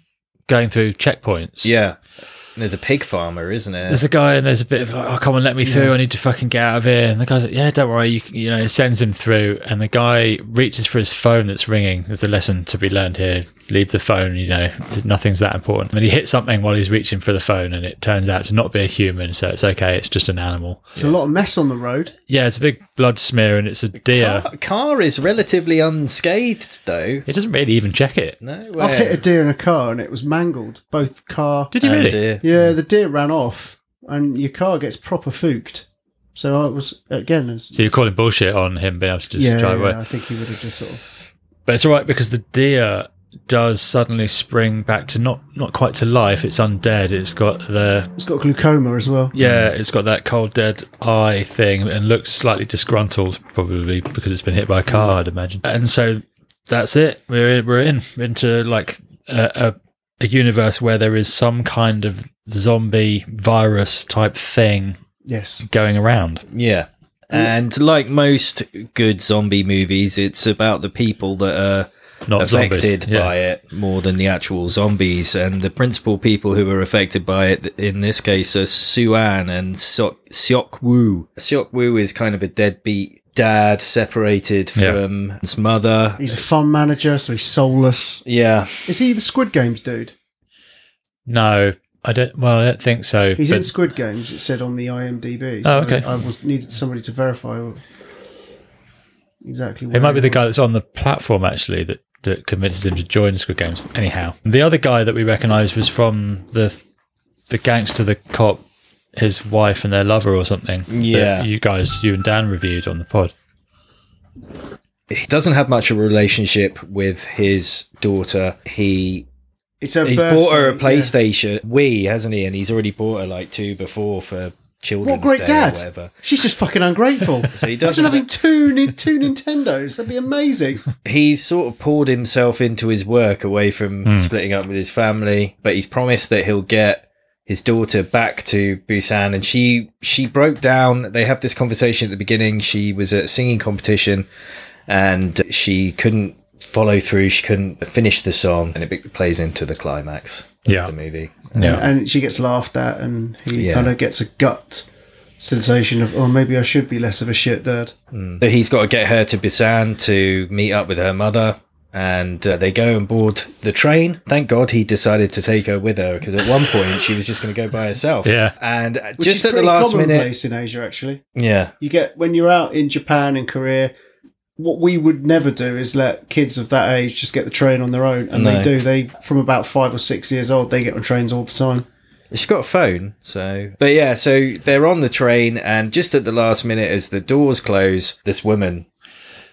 B: going through checkpoints.
A: Yeah. And there's a pig farmer, isn't there?
B: There's a guy and there's a bit of like, oh come on let me through I need to fucking get out of here and the guy's like yeah don't worry you, can- you know sends him through and the guy reaches for his phone that's ringing there's a lesson to be learned here leave the phone you know nothing's that important and he hits something while he's reaching for the phone and it turns out to not be a human so it's okay it's just an animal
C: there's a lot of mess on the road.
B: yeah it's a big blood smear and it's a deer
A: Car, car is relatively unscathed, though.
B: it doesn't really even check it
A: No
C: I've hit a
A: way.
C: deer in a car, and it was mangled. Both car.
B: did he
A: And,
B: really
A: uh,
C: Yeah, the deer ran off, and your car gets proper fooked. So I was again. As,
B: so you're calling bullshit on him being able to just
C: yeah,
B: drive away
C: yeah, I think he would have just sort of.
B: But it's all right because the deer does suddenly spring back to not not quite to life. It's undead. It's got the
C: It's got glaucoma as well.
B: yeah,
A: Mm.
B: it's got that cold dead eye thing and looks slightly disgruntled, probably because it's been hit by a car, I'd imagine. And so that's it. We're in, we're in into like a, a, a universe where there is some kind of zombie virus type thing
C: Yes.
B: going around.
A: Yeah. And like most good zombie movies, it's about the people that are
B: Not
A: affected
B: zombies. Yeah.
A: by it more than the actual zombies. And the principal people who are affected by it in this case are Suan and Seok, Seok Woo. Seok Woo is kind of a deadbeat dad separated
B: Yeah.
A: from his mother.
C: He's a fund manager, so he's soulless.
A: Yeah.
C: Is he the Squid Games dude?
B: No, I don't. Well, I don't think so.
C: He's
B: but-
C: in Squid Games. It said on the IMDb.
B: Oh, okay.
C: I was needed somebody to verify exactly.
B: It
C: where
B: might be
C: he
B: the
C: was.
B: guy that's on the platform actually that that convinces him to join Squid Games. Anyhow, the other guy that we recognised was from the the gangster, the cop, his wife, and their lover or something. that
A: Yeah.
B: you guys, you and Dan reviewed on the pod.
A: He doesn't have much of a relationship with his daughter. He
C: It's her
A: he's bought her a
C: birthday, yeah.
A: PlayStation Wii, hasn't he? And he's already bought her like two before for Children's
C: What great
A: Day
C: dad!
A: or whatever.
C: She's just fucking ungrateful.
A: So he
C: Imagine
A: doesn't.
C: having two Nin- two Nintendos. That'd be amazing.
A: he's sort of poured himself into his work away from splitting up with his family, but he's promised that he'll get his daughter back to Busan and she she broke down. They have this conversation at the beginning. She was at a singing competition and she couldn't follow through. She couldn't finish the song and it be- plays into the climax of
B: Yeah.
A: the movie.
B: Yeah,
C: And she gets laughed at, and he
A: Yeah.
C: kind of gets a gut sensation of, oh, maybe I should be less of a shit dad.
A: So he's got to get her to Busan to meet up with her mother. And uh, they go and board the train. Thank God he decided to take her with her because at one point she was just going to go by herself.
B: Yeah.
A: And uh,
C: Which
A: just
C: is
A: at the
C: pretty
A: last minute.
C: commonplace in Asia, actually.
A: Yeah.
C: You get when you're out in Japan and Korea. What we would never do is let kids of that age just get the train on their own, and
A: No.
C: they do. They from about five or six years old, they get on trains all the time.
A: She's got a phone. So. But yeah, so they're on the train. And just at the last minute, as the doors close, this woman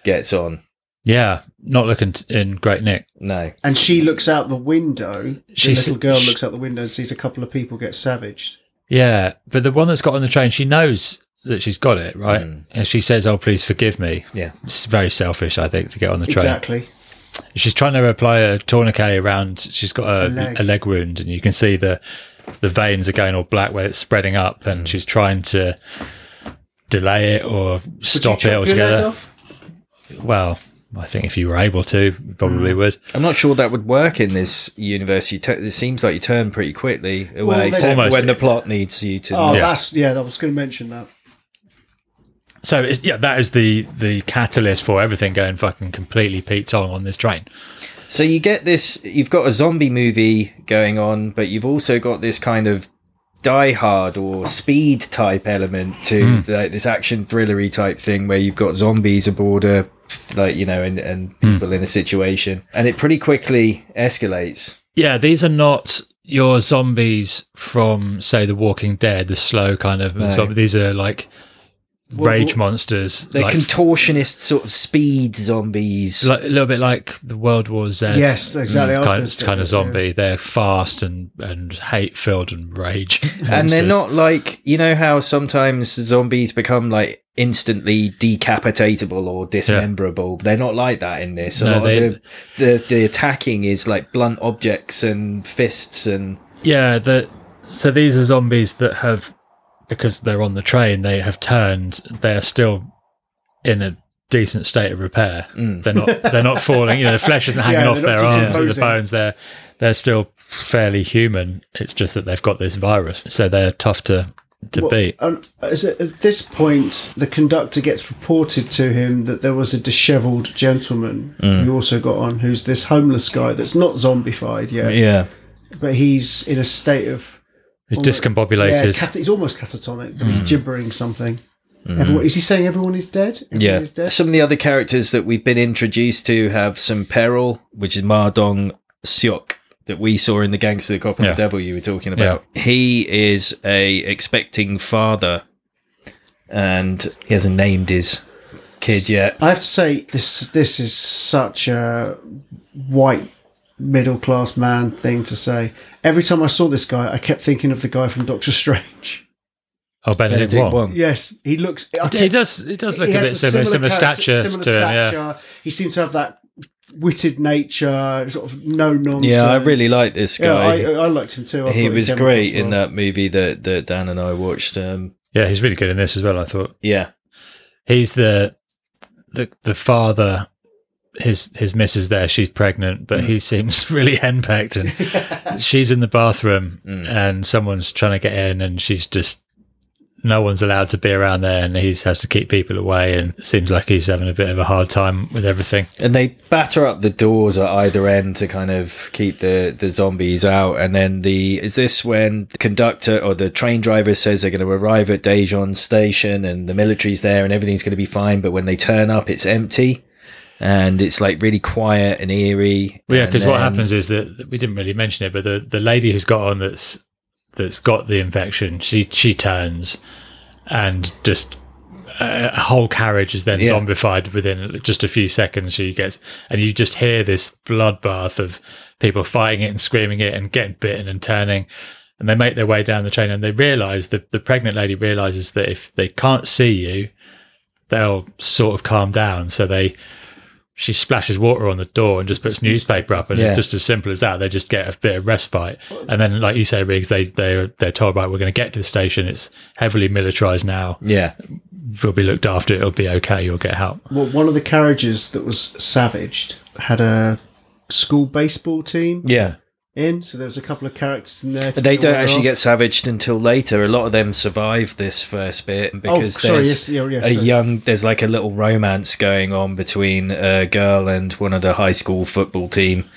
A: gets on
B: Yeah, not looking t- in great nick.
A: No.
C: And she looks out the window.
B: She
C: the
B: s-
C: little girl
B: sh-
C: looks out the window and sees a couple of people get savaged.
B: Yeah, but the one that's got on the train, she knows that she's got it right, and she says, "Oh, please forgive me."
A: Mm. Yeah.
B: It's very selfish, I think, to get on the train.
C: Exactly.
B: She's trying to apply a tourniquet around. She's got a, a,
C: A
B: leg.
C: leg.
B: wound, and you can see the the veins are going all black where it's spreading up, and she's trying to delay it or
C: Mm. Would
B: stop
C: you
B: it
C: chop your leg
B: altogether.
C: off?
B: Well, I think if you were able to, you
C: Mm.
B: probably would.
A: I'm not sure that would work in this universe. You tu- it seems like you turn pretty quickly away,
C: they-
A: except for
B: Almost.
A: when the plot needs you to.
C: Oh,
B: Yeah.
C: that's yeah. I was going to mention that.
B: So it's, yeah, that is the the catalyst for everything going fucking completely Pete Tong on this train.
A: So you get this. You've got a zombie movie going on, but you've also got this kind of Die Hard or Speed type element to like this action thrillery type thing where you've got zombies aboard a like you know and, and people in a situation, and it pretty quickly escalates.
B: Yeah, these are not your zombies from, say, The Walking Dead, the slow kind of. zombie. These are like rage
C: well,
B: monsters.
A: They're
B: like,
A: contortionist sort of speed zombies.
B: like a little bit like the World War Z.
C: Yes, exactly. I was
B: Kind
C: gonna
B: of,
C: say
B: kind
C: that,
B: of zombie. They're fast and and hate filled and rage.
A: and they're
B: monsters.
A: not like you know how sometimes zombies become like instantly decapitatable or dismemberable they're not like that in this a
B: No,
A: lot
B: they-
A: of the, the the attacking is like blunt objects and fists and
B: Yeah, the so these are zombies that have because they're on the train, they have turned. They're still in a decent state of repair. They're not they're not falling. You know, the flesh isn't hanging
C: Mm. Yeah,
B: off
C: they're not
B: their arms or the
C: decomposing.
B: bones. They're they're still fairly human. It's just that they've got this virus, so they're tough to to
C: Well,
B: beat.
C: and Um, is it at this point the conductor gets reported to him that there was a dishevelled gentleman who also got on, who's this homeless guy that's not zombified yet,
A: yeah
C: but he's in a state of
B: It's
C: almost- Yeah,
B: discombobulated.
C: cat- he's almost catatonic. but He's gibbering something. Everyone, is he saying everyone is dead? Everyone
A: yeah
C: is dead?
A: some of the other characters that we've been introduced to have some peril which is ma dong seok that we saw in the gangster the cop and
B: Yeah.
A: the devil you were talking about he is a expecting father and he hasn't named his kid yet
C: I have to say this this is such a white middle class man thing to say. Every time I saw this guy, I kept thinking of the guy from Doctor Strange.
B: oh, Benedict, Wong.
C: Yes, he looks. I
B: He does. It does look
C: he
B: a
C: has
B: bit similar, similar
C: character-
B: stature
C: similar
B: to him.
C: stature.
B: Yeah.
C: He seems to have that witted nature, sort of no nonsense.
A: Yeah, I really like this
C: Yeah,
A: guy.
C: I, I liked him too. I
A: he
C: thought
A: was
C: came
A: great
C: across
A: in
C: well.
A: that movie that, that Dan and I watched. Um,
B: yeah, he's really good in this as well. I thought.
A: yeah,
B: he's the the the father his his missus there she's pregnant
C: Mm.
B: but he seems really henpecked and she's in the bathroom and someone's trying to get in and she's just no one's allowed to be around there and he has to keep people away and it seems like he's having a bit of a hard time with everything
A: and they batter up the doors at either end to kind of keep the the zombies out. And then the is this when the conductor or the train driver says they're going to arrive at Daejeon station and the military's there and everything's going to be fine, but when they turn up, it's empty. And it's like really quiet and eerie.
B: Well, yeah,
A: And
B: because what
A: then-
B: happens is that we didn't really mention it, but the, the lady who's got on that's that's got the infection, she she turns and just a whole carriage is then
A: Yeah.
B: zombified within just a few seconds. She gets and you just hear this bloodbath of people fighting it and screaming it and getting bitten and turning. And they make their way down the train and they realise the the pregnant lady realizes that if they can't see you, they'll sort of calm down. So they she splashes water on the door and just puts newspaper up, and
A: Yeah.
B: it's just as simple as that. They just get a bit of respite, and then, like you say, Riggs, they they they're told right, we're going to get to the station. It's heavily militarized now.
A: Yeah,
B: We'll be looked after. It'll be okay. You'll get help.
C: Well, one of the carriages that was savaged had a school baseball team
A: yeah.
C: in, so there was a couple of characters in there. to
A: They
C: be
A: don't
C: aware
A: actually
C: of.
A: get savaged until later. A lot of them survive this first bit because
C: Oh, sorry,
A: there's
C: yes, yeah, yes,
A: a
C: uh,
A: young, there's like a little romance going on between a girl and one of the high school football team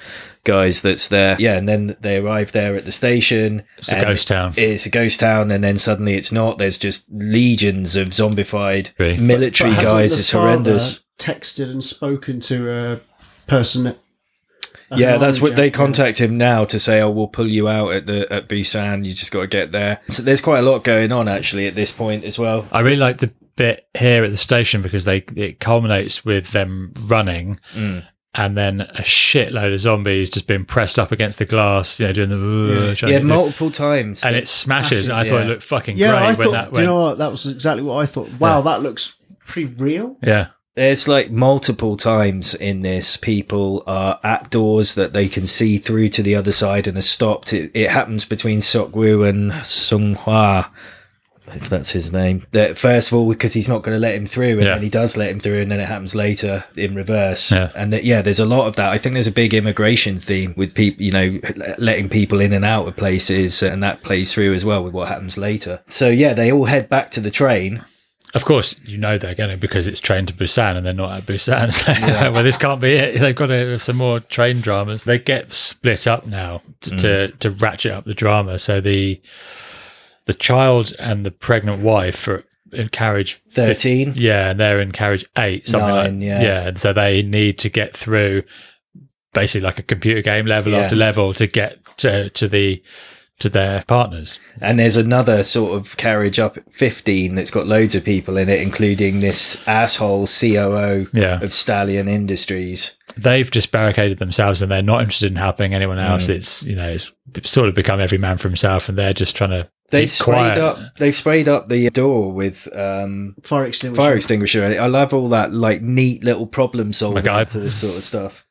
A: guys that's there. Yeah, and then they arrive there at the station. It's
B: a ghost town.
A: It's a ghost town, and then suddenly it's not. There's just legions of zombified
B: Really?
A: military
C: But hasn't
A: guys.
C: the
A: It's
C: father
A: horrendous.
C: Texted and spoken to uh, a person. at- at
A: Yeah,
C: an
A: that's what
C: orange
A: they
C: jacket.
A: contact him now to say, "Oh, we'll pull you out at the at Busan. You just got to get there." So there's quite a lot going on actually at this point as well.
B: I really like the bit here at the station because they it culminates with them running and then a shitload of zombies just being pressed up against the glass, you know, doing the trying
A: yeah,
B: to do-
A: multiple times.
B: and it smashes. and I thought
A: yeah.
B: it looked fucking
C: Yeah,
B: great
C: I
B: when
C: thought.
B: that
C: do
B: went.
C: you know what? That was exactly what I thought. Wow, that looks pretty real.
B: yeah.
A: There's like multiple times in this, people are at doors that they can see through to the other side and are stopped. It, it happens between Sokwu and Sung Hwa, if that's his name. That first of all, because he's not going to let him through, and
B: Yeah.
A: then he does let him through, and then it happens later in reverse.
B: Yeah.
A: And that, yeah, there's a lot of that. I think there's a big immigration theme with people, you know, l- letting people in and out of places, and that plays through as well with what happens later. So yeah, they all head back to the train.
B: Of course, you know they're going to because it's train to Busan and they're not at Busan. So, well, this can't be it. They've got to have some more train dramas. They get split up now to, to,
A: Mm.
B: to ratchet up the drama. So the the child and the pregnant wife are in carriage fif-
A: Thirteen.
B: yeah, and they're in carriage eight, something
A: Nine,
B: like
A: yeah.
B: yeah. And so they need to get through basically like a computer game level
A: Yeah.
B: after level to get to, to the to their partners.
A: And there's another sort of carriage up at 15 that's got loads of people in it, including this asshole COO
B: Yeah.
A: of Stallion Industries.
B: they've just barricaded themselves and they're not interested in helping anyone else. It's you know it's sort of become every man for himself, and they're just trying to
A: They've
B: keep quiet.
A: sprayed up. They've sprayed up the door with um,
C: Fire extinguisher.
A: fire extinguisher. I love all that like neat little problem solving
B: MacGyver.
A: to this sort of stuff.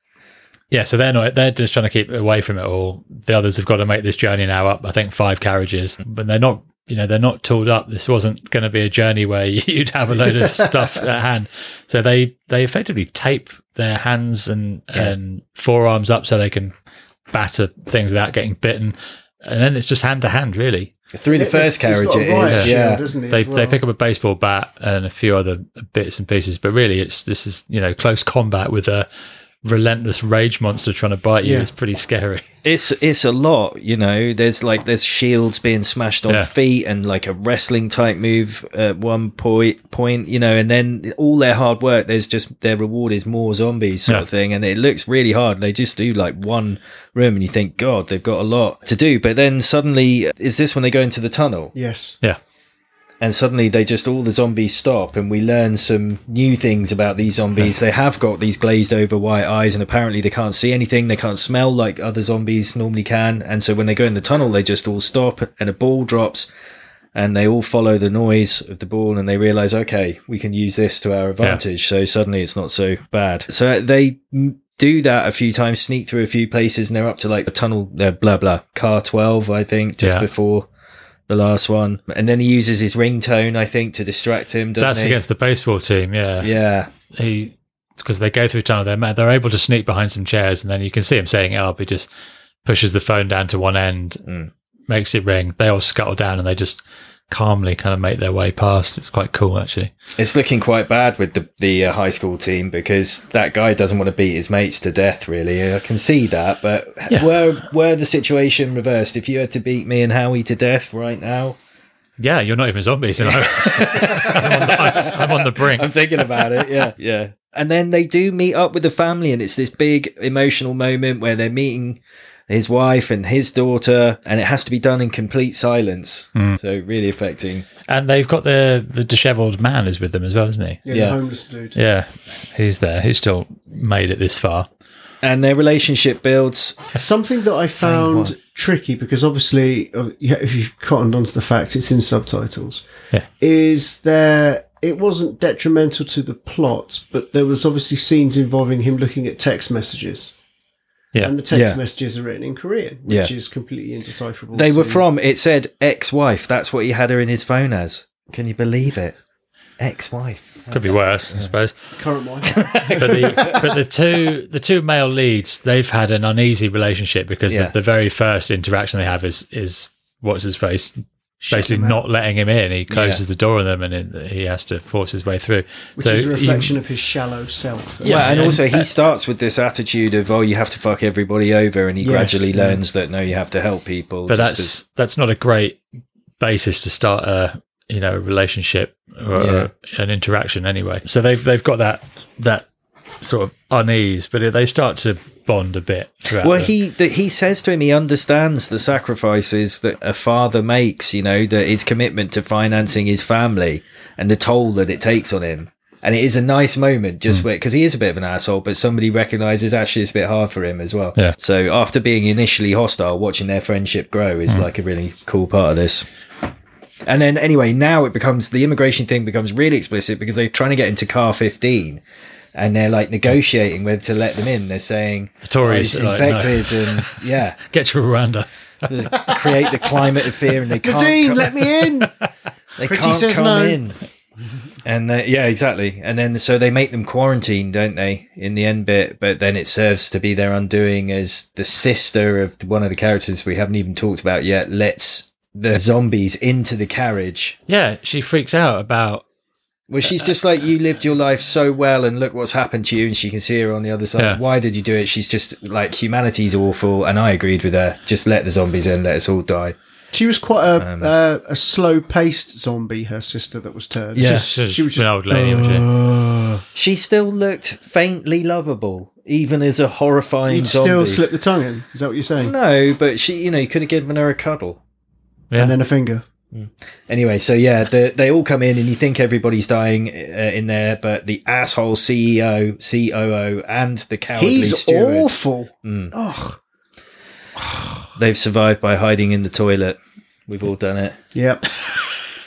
B: Yeah, so they're not. They're just trying to keep away from it all. The others have got to make this journey now up. I think five carriages, but they're not. You know, they're not tooled up. This wasn't going to be a journey where you'd have a load of stuff at hand. So they they effectively tape their hands and and forearms up so they can batter things without getting bitten. And then it's just hand to hand, really.
A: Through the
C: It-
A: first
C: it's
A: carriage,
C: got a
A: it
C: riot
A: is.
C: shield,
A: Yeah,
C: doesn't it,
B: they
C: as well?
B: they pick up a baseball bat and a few other bits and pieces, but really it's this is you know close combat with a relentless rage monster trying to bite you.
C: Yeah.
B: It's pretty scary.
A: it's it's a lot. You know, there's like there's shields being smashed on
B: Yeah.
A: feet and like a wrestling type move at one point. Point, you know, and then all their hard work. There's just their reward is more zombies sort of
B: Yeah.
A: thing, and it looks really hard. They just do like one room, and you think, God, they've got a lot to do. But then suddenly, is this when they go into the tunnel?
C: Yes.
B: Yeah,
A: and suddenly they just all the zombies stop and we learn some new things about these zombies they have got these glazed over white eyes and apparently they can't see anything they can't smell like other zombies normally can and so when they go in the tunnel they just all stop and a ball drops and they all follow the noise of the ball and they realize okay we can use this to our advantage so suddenly it's not so bad so they mm, do that a few times sneak through a few places and they're up to like the tunnel they blah blah car 12 i think just
B: Yeah.
A: before the last one and then he uses his ringtone i think to distract him doesn't
B: that's
A: he
B: against the baseball team. Yeah,
A: yeah
B: he because they go through tunnel. They're ma- they're able to sneak behind some chairs, and then you can see him saying it up. He just pushes the phone down to one end, makes it ring. They all scuttle down, and they just calmly kind of make their way past. It's quite cool actually.
A: it's looking quite bad with the the uh, high school team because that guy doesn't want to beat his mates to death. Really, I can see that. But
B: Yeah.
A: were were the situation reversed, if you had to beat me and Howie to death right now,
B: Yeah, you're not even zombies. You know? I'm, on the, I'm, I'm on the brink.
A: I'm thinking about it. Yeah, yeah. And then they do meet up with the family, and it's this big emotional moment where they're meeting his wife and his daughter, and it has to be done in complete silence.
B: Hmm.
A: So really affecting.
B: And they've got the the dishevelled man is with them as well, isn't he?
C: Yeah,
A: Yeah.
C: The homeless dude.
B: Yeah, he's there. He's still made it this far.
A: And their relationship builds.
C: Something that I found tricky because obviously, uh, yeah, if you've cottoned onto the fact, it's in subtitles.
B: Yeah.
C: Is there? It wasn't detrimental to the plot, but there was obviously scenes involving him looking at text messages,
B: Yeah,
C: and the text
A: Yeah.
C: messages are written in Korean, which
A: Yeah.
C: is completely indecipherable.
A: They were
C: to-
A: from. It said ex-wife. That's what he had her in his phone as. Can you believe it? Ex-wife.
B: could be worse, I suppose.
C: current wife.
B: But the but the two the two male leads they've had an uneasy relationship because
A: Yeah.
B: the, the very first interaction they have is is what's his face basically not letting him in. He closes the door on them and it, he has to force his way through.
C: which is a reflection of his shallow self.
B: Yeah. Uh,
A: well, and also he starts with this attitude of oh, you have to fuck everybody over, and he
C: Yes,
A: gradually
C: yeah.
A: learns that no, you have to help people.
B: but
A: just
B: that's
A: as-
B: that's not a great basis to start a you know a relationship or, or an interaction anyway. So they've they've got that that sort of unease, but they start to bond a bit. throughout
A: Well,
B: the-
A: he that he says to him, he understands the sacrifices that a father makes. You know that his commitment to financing his family and the toll that it takes on him. And it is a nice moment, just where because he is a bit of an asshole, but somebody recognises actually it's a bit hard for him as well.
B: Yeah.
A: So after being initially hostile, watching their friendship grow is like a really cool part of this. And then anyway, now it becomes the immigration thing becomes really explicit because they're trying to get into car fifteen, and they're like negotiating whether to let them in. They're saying the
B: Tories are like, "No."
A: infected and yeah,
B: get to Rwanda.
A: just create the climate of fear and they can't.
C: Dean,
A: come-
C: let me in.
A: they
C: Pretty
A: can't
C: says
A: come
C: no.
A: in. And they, yeah, exactly. And then so they make them quarantine, don't they? In the end bit, but then it serves to be their undoing as the sister of one of the characters we haven't even talked about yet lets the zombies into the carriage.
B: Yeah, she freaks out about
A: Well, she's just like you lived your life so well, and look what's happened to you. And she can see her on the other side.
B: Yeah.
A: Why did you do it? She's just like humanity's awful, and I agreed with her. Just let the zombies in, let us all die.
C: She was quite a
B: Um,
C: uh, a slow paced zombie. Her sister that was turned.
B: yeah,
C: She's-
B: she's,
C: she was
B: an
C: just uh,
B: old lady, wasn't she?
A: She still looked faintly lovable, even as a horrifying
C: you'd
A: zombie.
C: still slip the tongue in. Is that what you're saying?
A: No, but she, you know, you could have given her a cuddle.
B: Yeah.
C: And then a finger.
A: Anyway, so yeah, the, they all come in, and you think everybody's dying uh, in there, but the asshole E CEO, COO, and the cowardly
C: He's
A: steward,
C: awful.
B: Mm.
C: Ugh.
A: they've survived by hiding in the toilet. We've all done it.
C: Yep.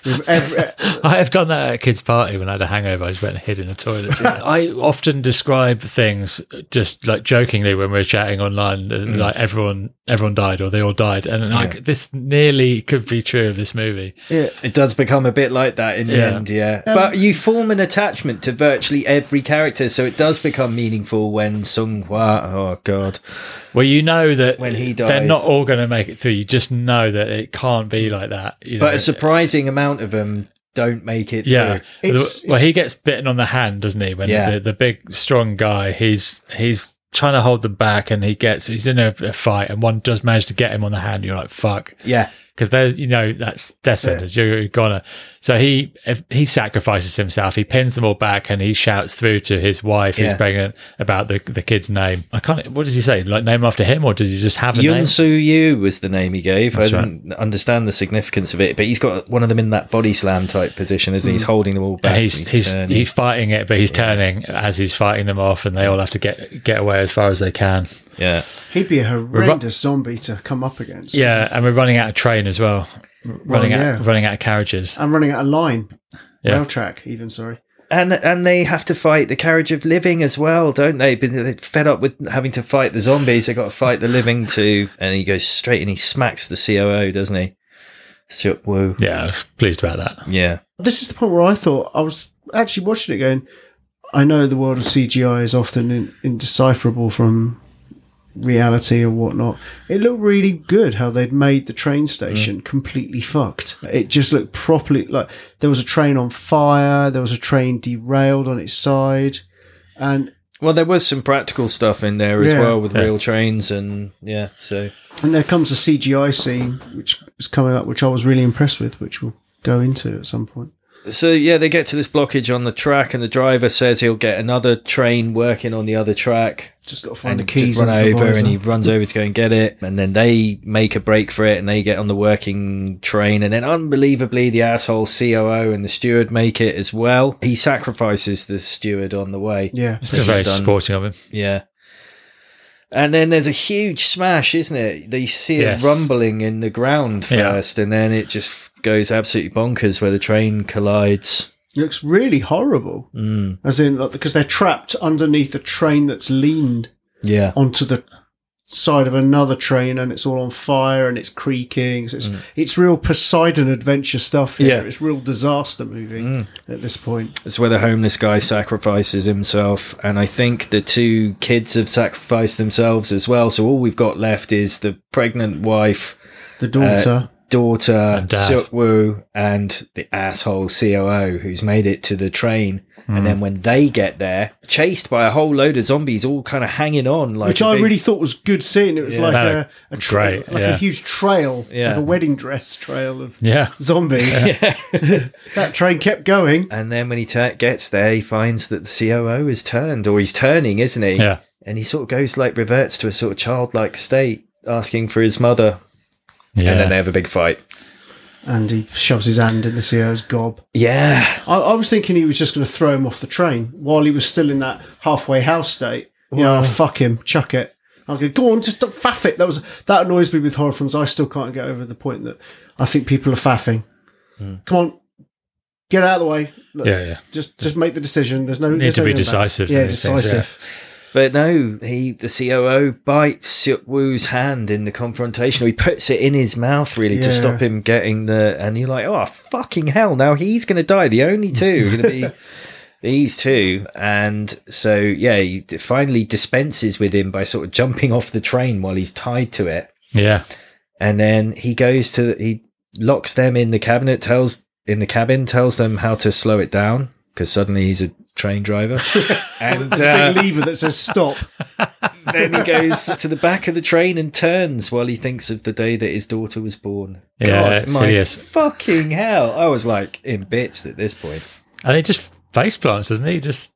C: With every-
B: I have done that at a kid's party when I had a hangover. I just went and hid in a toilet. I often describe things just like jokingly when we're chatting online, uh,
A: Mm.
B: like everyone everyone died or they all died, and like this nearly could be true of this movie.
C: yeah.
A: It does become a bit like that in the
B: Yeah.
A: end, yeah. but you form an attachment to virtually every character, so it does become meaningful when Sung Hwa, oh god,
B: Well, you know that
A: When he
B: they're
A: dies.
B: not all going to make it through. You just know that it can't be like that. you know.
A: but a surprising amount of them don't make it
B: Yeah.
A: through.
C: It's-
B: well, he gets bitten on the hand, doesn't he? When
A: Yeah.
B: the, the big strong guy, he's he's trying to hold them back, and he gets he's in a, a fight, and one does manage to get him on the hand. You're like, fuck,
A: Yeah,
B: because there's you know that's death sentence. You're, you're gonna. So he if- he sacrifices himself. He pins them all back, and he shouts through to his wife, who's
A: Yeah.
B: pregnant, about the the kid's name. I can't. What does he say? Like name after him, or does he just have a
A: Yun
B: name?
A: Soo Yu was the name he gave.
B: That's
A: I didn't understand the significance of it, but he's got one of them in that body slam type position, isn't he? He's holding them all back. and
B: And Mm. he's he's
A: turning.
B: he's fighting it, but he's turning as he's fighting them off, and they all have to get get away as far as they can.
A: yeah.
C: He'd be a horrendous zombie to come up against.
B: Yeah, and we're running out of train as well. running
C: yeah.
B: out, running out of carriages.
C: I'm running out of line.
B: Yeah.
C: Rail track, even, sorry.
A: and and they have to fight the carriage of living as well, don't they? But they're fed up with having to fight the zombies. They got to fight the living too. And he goes straight and he smacks the COO, doesn't he? So, woo.
B: Yeah, I was pleased about that.
A: Yeah.
C: This is the point where I thought I was actually watching it going, I know the world of CGI is often in, indecipherable from reality or whatnot. It looked really good how they'd made the train
A: Mm.
C: station completely fucked. It just looked properly like there was a train on fire, there was a train derailed on its side, and
A: Well, there was some practical stuff in there as
C: Yeah.
A: well with
B: Yeah.
A: real trains and yeah. So
C: And there comes a CGI scene which is coming up, which I was really impressed with, which we'll go into at some point.
A: so yeah, they get to this blockage on the track, and the driver says he'll get another train working on the other track.
C: Just got to find
A: and
C: the keys.
A: just run
C: into the
A: over and
C: visor.
A: he runs over to go and get it and then they make a break for it and they get on the working train and then unbelievably the asshole COO and the steward make it as well he sacrifices the steward on the way
C: yeah,
B: It's
A: Which
B: very
A: is done.
B: sporting of him.
A: yeah and then there's a huge smash isn't it they see
B: Yes.
A: it rumbling in the ground
B: Yeah.
A: first and then it just goes absolutely bonkers where the train collides
C: it looks really horrible.
A: Mm.
C: As in, like, because they're trapped underneath a train that's leaned
A: yeah
C: onto the side of another train, and it's all on fire and it's creaking. So it's it's real Poseidon adventure stuff. Here.
A: Hmm. Yeah. Hmm.
C: it's real disaster movie at this point.
A: It's where the homeless guy sacrifices himself, and I think the two kids have sacrificed themselves as well. So all we've got left is the pregnant wife,
C: The daughter,
A: daughter
B: And dad.
A: Suk Woo and the asshole COO who's made it to the train.
B: Hmm.
A: And then when they get there, chased by a whole load of zombies, all kind of hanging on, like
C: which
A: a
C: I
A: big-
C: really thought was good scene. It was like
B: That
C: a,
B: looked
C: a trail,
B: great,
C: like a
B: yeah.
C: huge trail,
A: Yeah.
C: like a wedding dress trail of
B: Yeah.
C: zombies. that train kept going.
A: And then when he ta gets there, he finds that the COO is turned, or he's turning, isn't he?
B: Yeah.
A: And he sort of goes like reverts to a sort of childlike state, asking for his mother.
B: Yeah.
A: And then they have a big fight.
C: And he shoves his hand in the CEO's gob.
A: Yeah.
C: I, I was thinking he was just going to throw him off the train while he was still in that halfway house state. You know, fuck him, chuck it. I'll go, go on, just don't faff it. That was that annoys me with horror films. I still can't get over the point that I think people are faffing. Come on, get out of the way. Look,
B: Hmm. yeah. Yeah.
C: Just just make the decision. There's no
B: Need
C: there's
B: to
C: no
B: be
C: going back.
B: decisive
C: Yeah,
B: in these things,
C: decisive.
A: But no, he the COO bites Suk Woo's hand in the confrontation. He puts it in his mouth really
C: Yeah.
A: to stop him getting the. And you're like, oh fucking hell! Now he's going to die. The only two are going to be these two. And so yeah, he d- finally dispenses with him by sort of jumping off the train while he's tied to it.
B: Yeah.
A: And then he goes to he locks them in the cabinet, tells in the cabin, tells them how to slow it down because suddenly he's a train driver. and
C: There's
A: uh,
C: a big lever that says stop.
A: then he goes to the back of the train and turns while he thinks of the day that his daughter was born.
B: Yeah,
A: God,
B: it's
A: my
B: hideous.
A: fucking hell! I was like in bits at this point.
B: And he just face plants, doesn't he? He Just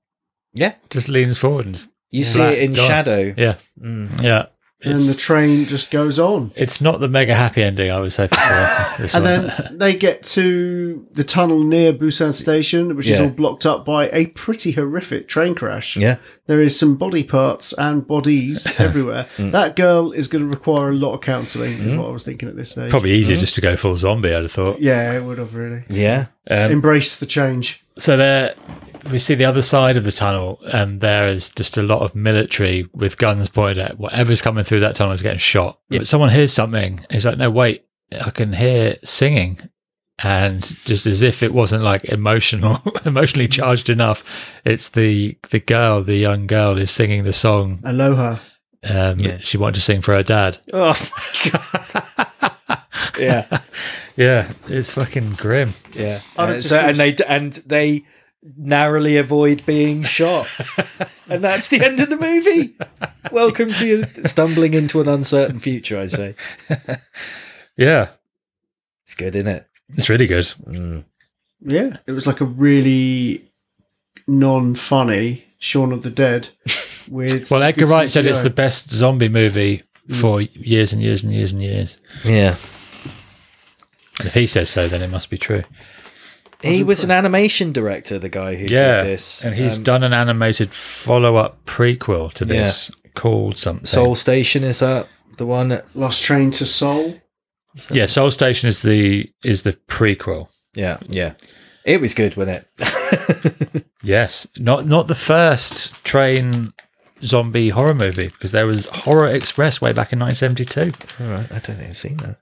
A: Yeah,
B: just leans forward and
A: you see
B: Black
A: it in
B: God.
A: shadow.
B: yeah.
C: Mm.
B: Yeah.
C: and the
B: It's,
C: train just goes on.
B: it's not the mega happy ending I was hoping for. this
C: And
B: one.
C: then they get to the tunnel near Busan Station, which is
A: Yeah.
C: all blocked up by a pretty horrific train crash.
A: Yeah,
C: There is some body parts and bodies everywhere.
B: Mm.
C: That girl is going to require a lot of counselling, is what I was thinking at this stage.
B: Probably easier just to go full zombie, I'd have thought.
C: Yeah, it would have really.
A: yeah.
B: Um,
C: Embrace the change.
B: So there, we see the other side of the tunnel, and there is just a lot of military with guns pointed at whatever's coming through that tunnel is getting shot. But someone hears something. He's like, "No, wait, I can hear singing," and just as if it wasn't like emotional, emotionally charged enough, it's the the girl, the young girl, is singing the song
C: Aloha.
B: um,
A: Yeah.
B: she wanted to sing for her dad.
A: Oh, fuck. yeah.
B: Yeah, it's fucking grim.
A: Yeah.
C: I don't
A: And,
C: just
A: so, and
C: wish-
A: they and they narrowly avoid being shot, and that's the end of the movie. Welcome to your stumbling into an uncertain future. I say
B: Yeah,
A: it's good, isn't it?
B: it's really good.
C: Yeah. It was like a really non funny Shaun of the Dead with.
B: Well, Edgar
C: good
B: Wright said it's
C: CGI.
B: the best zombie movie for years and years and years and years.
A: Yeah.
B: And if he says so, then it must be true.
A: He was an animation director, the guy who
B: yeah,
A: did this.
B: and he's
A: Um,
B: done an animated follow-up prequel to
A: Yeah.
B: this called something.
A: Soul Station is that the one? that-
C: Lost Train to Seoul.
B: yeah, Soul Station is the is the prequel.
A: Yeah, yeah. It was good, wasn't it?
B: Yes, not not the first train zombie horror movie because there was Horror Express way back in 1972.
A: All right, I don't think I've seen that.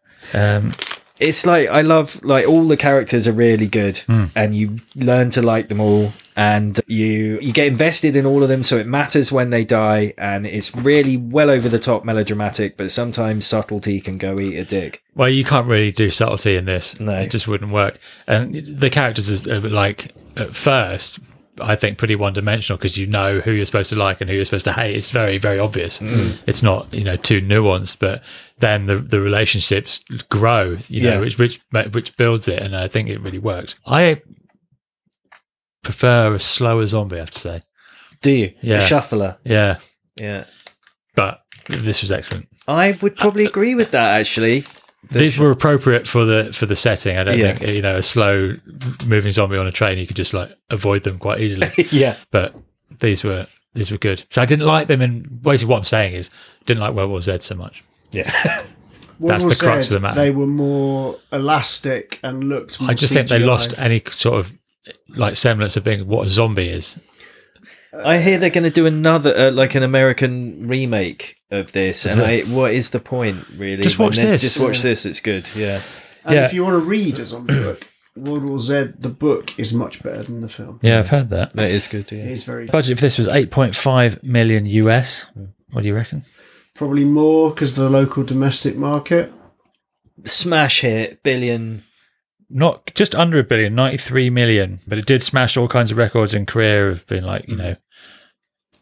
B: Um,
A: it's like I love like all the characters are really good
B: Hmm.
A: and you learn to like them all and you you get invested in all of them so it matters when they die and it's really well over the top melodramatic but sometimes subtlety can go eat a dick.
B: Well, you can't really do subtlety in this.
A: No.
B: It just wouldn't work. And the characters is uh, like at first, I think pretty one dimensional because you know who you're supposed to like and who you're supposed to hate. It's very very obvious.
A: Mm.
B: It's not you know too nuanced, but then the the relationships grow. You know,
A: Yeah.
B: which which which builds it, and I think it really works. I prefer a slower zombie, I have to say.
A: Do you?
B: Yeah.
A: The shuffler.
B: Yeah,
A: Yeah.
B: but this was excellent.
A: I would
B: Uh,
A: probably agree with that actually.
B: These were appropriate for the for the setting. I don't
A: Yeah.
B: think you know a slow moving zombie on a train. You could just like avoid them quite easily.
A: yeah.
B: but these were these were good. So I didn't like them. In basically, what I'm saying is, didn't like World War Z so much.
A: Yeah.
B: That's
C: World
B: the
C: War
B: crux
C: Z,
B: of the matter.
C: They were more elastic and looked. More
B: I just think they
C: CGI.
B: lost any sort of like semblance of being what a zombie is.
A: I hear they're going to do another uh, like an American remake of this and I what is the point really?
B: Just
A: when
B: watch
A: there's-
B: this.
A: Just watch this. It's good. Yeah.
C: And
B: yeah.
C: if you want to read a zombie book, World War Z, the book is much better than the film.
B: Yeah, I've heard that.
A: That is good. Yeah.
C: It is very
B: Budget for this was 8.5 million Hmm. US. What do you reckon?
C: probably more because of the local domestic market.
A: smash hit, billion.
B: Not just under a billion, 93 million, but it did smash all kinds of records in Korea of being like, you
A: Mm.
B: know,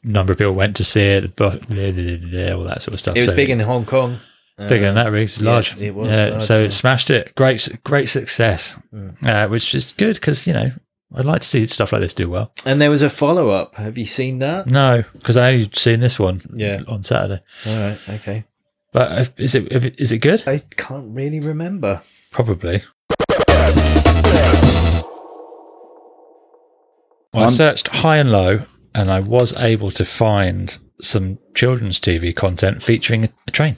B: number of people went to see it, but blah, blah, blah, blah, all that sort of stuff.
A: It was
B: So
A: big in Hong Kong.
B: it's bigger than that, Riggs. It's
A: yeah,
B: large.
A: it was large,
B: so
A: yeah. Mm.
B: it smashed it. Great, su- great success, uh, which is good because, you know, I'd like to see stuff like this do well.
A: And there was a follow up. Have you seen that?
B: No, because I only seen this one
A: Yeah.
B: on Saturday.
A: All right. Okay.
B: But uh, is it is it good?
A: I can't really remember.
B: Probably. I
D: I'm-
B: searched high and low, and I was able to find some children's TV content featuring a, a train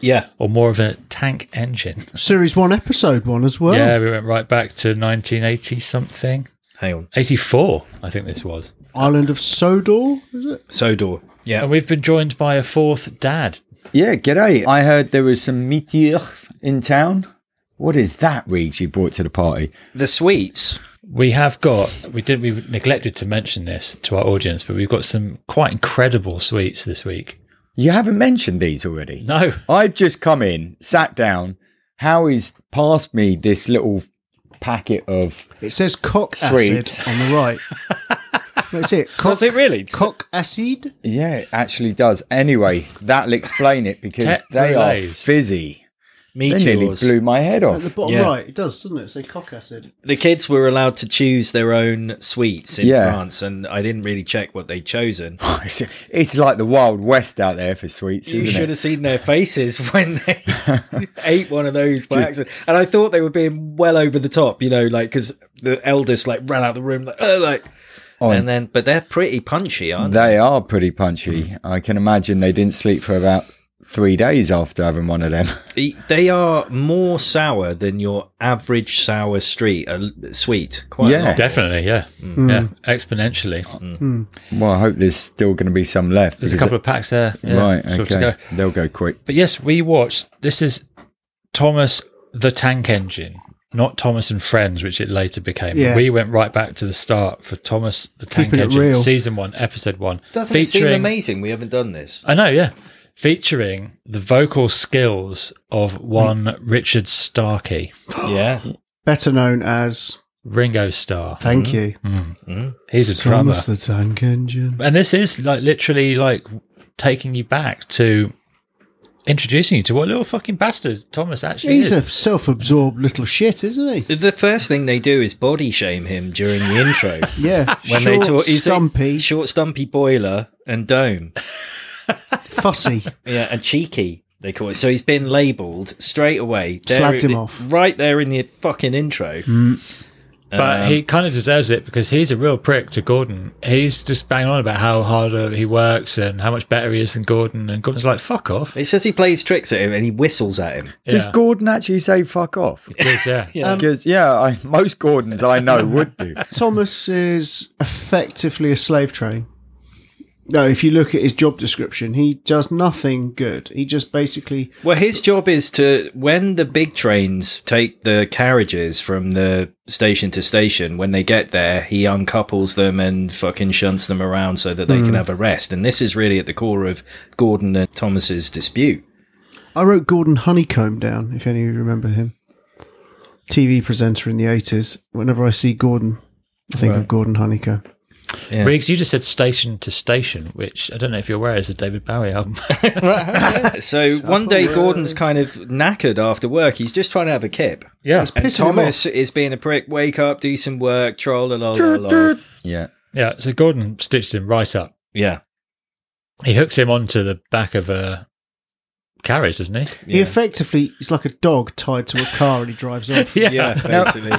A: Yeah.
B: or more of a tank engine.
C: Series one, episode one as well.
B: Yeah, we went right back to 1980 something,
A: Hang on.
B: 84, I think this was.
C: Island of Sodor, is it?
A: Sodor. Yeah.
B: And we've been joined by a fourth dad.
D: Yeah, g'day. I heard there was some meteor in town. What is that, Reeves, you brought to the party?
A: The sweets.
B: We have got we did we neglected to mention this to our audience, but we've got some quite incredible sweets this week.
D: You haven't mentioned these already.
B: No,
D: I've just come in, sat down. Howie's passed me this little packet of.
C: It says cock
D: Sweet.
C: acid on the right. That's it. Cock,
B: Does it really?
C: Cock acid.
D: Yeah, it actually does. Anyway, that'll explain it because
B: Tech
D: they are
B: relays.
D: fizzy. They nearly
A: Meteors.
D: blew my head
C: At the
D: off.
C: bottom
A: Yeah.
C: right, it does, doesn't it? Say cock acid.
A: The kids were allowed to choose their own sweets in
D: Yeah.
A: France, and I didn't really check what they'd chosen.
D: It's, it's like the Wild West out there for sweets,
A: You
D: isn't
A: should
D: it?
A: have seen their faces when they ate one of those by accident. And I thought they were being well over the top, you know, like because the eldest like ran out of the room, like, "Ugh," like and then, but they're pretty punchy, aren't they?
D: They are pretty punchy. I can imagine they didn't sleep for about three days after having one of them.
A: E- They are more sour than your average sour street uh, sweet. Quite
D: Yeah.
A: a lot.
B: Definitely, yeah,
C: Mm.
B: yeah, exponentially.
D: Well, I hope there's still going to be some left.
B: There's a
D: because-
B: couple of packs there, yeah,
D: right,
B: sort of to
D: okay.
B: go.
D: They'll go quick.
B: But yes, we watched. This is Thomas the Tank Engine, not Thomas and Friends, which it later became.
C: Yeah.
B: We went right back to the start for Thomas the Tank
C: Keeping it
B: Engine,
C: real.
B: season one, episode one.
A: Doesn't it seem amazing? We haven't done this.
B: I know, yeah. Featuring the vocal skills of one Richard Starkey,
A: yeah,
C: Better known as.
B: Ringo Starr.
C: Thank you.
B: Mm-hmm. He's a drummer.
C: Thomas the Tank Engine.
B: And this is like literally like taking you back to introducing you to what little fucking bastard Thomas actually
C: He's
B: is.
C: a self-absorbed little shit, isn't he?
A: the first thing they do is body shame him during the intro
C: Yeah.
A: when
C: Short,
A: they talk. he's a
C: stumpy,
A: short, stumpy boiler and dome.
C: fussy.
A: Yeah, and cheeky. They call it. So he's been labelled straight away. There-
C: Slagged him off. Hmm.
A: Right there in the fucking intro.
B: but he kind of deserves it because he's a real prick to Gordon. He's just banging on about how hard uh, he works and how much better he is than Gordon. And Gordon's like, fuck off.
A: It says he plays tricks at him and he whistles at him.
D: Does
B: Yeah.
D: Gordon actually say fuck off?
B: He does, yeah.
D: Because, yeah, I, most Gordons I know would do.
C: Thomas is effectively a slave train. No, if you look at his job description, he does nothing good. He just basically
A: Well, his job is to when the big trains take the carriages from the station to station. When they get there, he uncouples them and fucking shunts them around so that they
C: Hmm.
A: can have a rest. And this is really at the core of Gordon and Thomas's dispute.
C: I wrote Gordon Honeycomb down, if any of you remember him. TV presenter in the 80s. Whenever I see Gordon, I think of Gordon Honeycomb.
A: Yeah.
B: Riggs, you just said station to station, which I don't know if you're aware is a David Bowie album.
A: So one day, Gordon's kind of knackered after work. He's just trying to have a kip.
B: yeah.
A: And
C: Pissing him
A: Thomas is being a prick. Wake up, do some work, troll la la la la.
D: Yeah.
B: Yeah. So Gordon stitches him right up.
A: Yeah.
B: He hooks him onto the back of a carriage, doesn't he?
C: He effectively is like a dog tied to a car and he drives off.
A: Yeah, basically.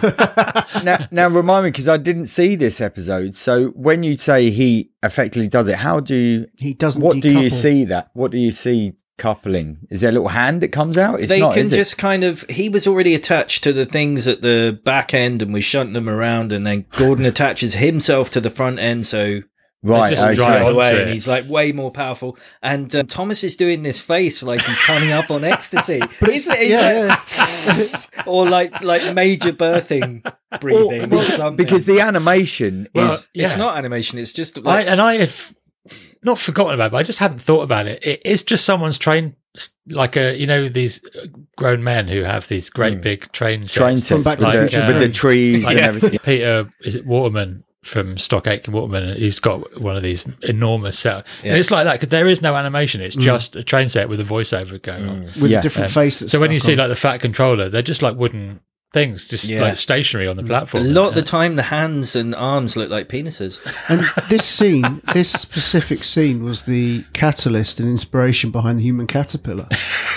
D: Now, now remind me, because I didn't see this episode. So when you say he effectively does it, how do you.
C: He doesn't
D: What do you
C: decouple.
D: see that? What do you see coupling? Is there a little hand that comes out? It's
A: they
D: not,
A: can
D: is it?
A: just kind of he was already attached to the things at the back end and was shunting them around and then Gordon attaches himself to the front end so
D: Right,
B: It's just a dry
D: okay.
A: by the
B: onto
A: way
B: it.
A: and he's like way more powerful and um, Thomas is doing this face like he's coming up on ecstasy Isn't it? He's
C: Yeah,
A: like- or like like major birthing breathing or, something
D: Because the animation
B: Well,
D: is.
A: it's
B: yeah.
A: not animation it's just
B: I,
A: like,
B: and I had f- not forgotten about it, but I just hadn't thought about it. It is just someone's train s- like a you know these uh, grown men who have these
A: Hmm.
B: great big train sets.
D: Train sets
C: Back
D: with,
C: to the
D: the,
B: Future.
D: with the trees
B: Like,
D: and everything.
B: Peter is it Waterman from Stock Aitken Waterman. He's got one of these enormous set,
A: Yeah. Hmm.
B: and it's like that because there is no animation. It's just a train set with a voiceover going on.
C: with
D: Yeah.
C: a different
B: Um,
C: face. That's
B: So when you
C: stuck
B: see
C: on.
B: like the fat controller, they're just like wooden things, just
A: Yeah. Hmm.
B: like stationary on the
A: A
B: platform.
A: lot of
B: Yeah.
A: the time, the hands and arms look like penises.
C: and this scene, this specific scene, was the catalyst and inspiration behind the human caterpillar,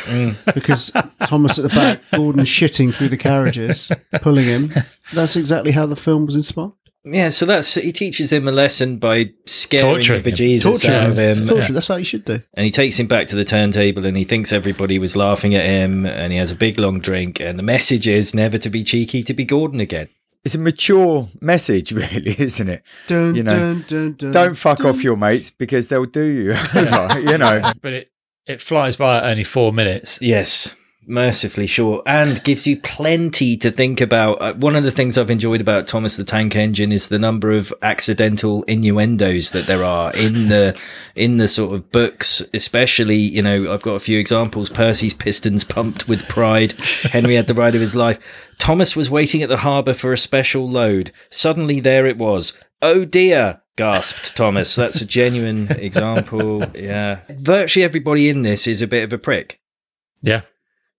A: Mm.
C: because Thomas at the back, Gordon shitting through the carriages, pulling him. That's exactly how the film was inspired.
A: Yeah, so that's he teaches him a lesson by scaring
B: Torturing
A: the
B: him.
A: bejesus out of him,
C: Torture. That's how you should do.
A: and he takes him back to the turntable, and he thinks everybody was laughing at him, and he has a big long drink, and the message is never to be cheeky, to be Gordon again.
D: It's a mature message, really, isn't it?
C: Dun,
D: You know,
C: dun, dun, dun,
D: Don't fuck
C: dun.
D: off your mates because they'll do you over, you know.
B: but it it flies by at only four minutes.
A: Yes, mercifully short, and gives you plenty to think about. Uh, One of the things I've enjoyed about Thomas the Tank Engine is the number of accidental innuendos that there are in the in the sort of books, especially. You know, I've got a few examples: Percy's pistons pumped with pride. Henry had the ride of his life. Thomas was waiting at the harbour for a special load. Suddenly, there it was. Oh dear, gasped Thomas. That's a genuine example. Yeah. Virtually everybody in this is a bit of a prick. Oh,
B: Yeah.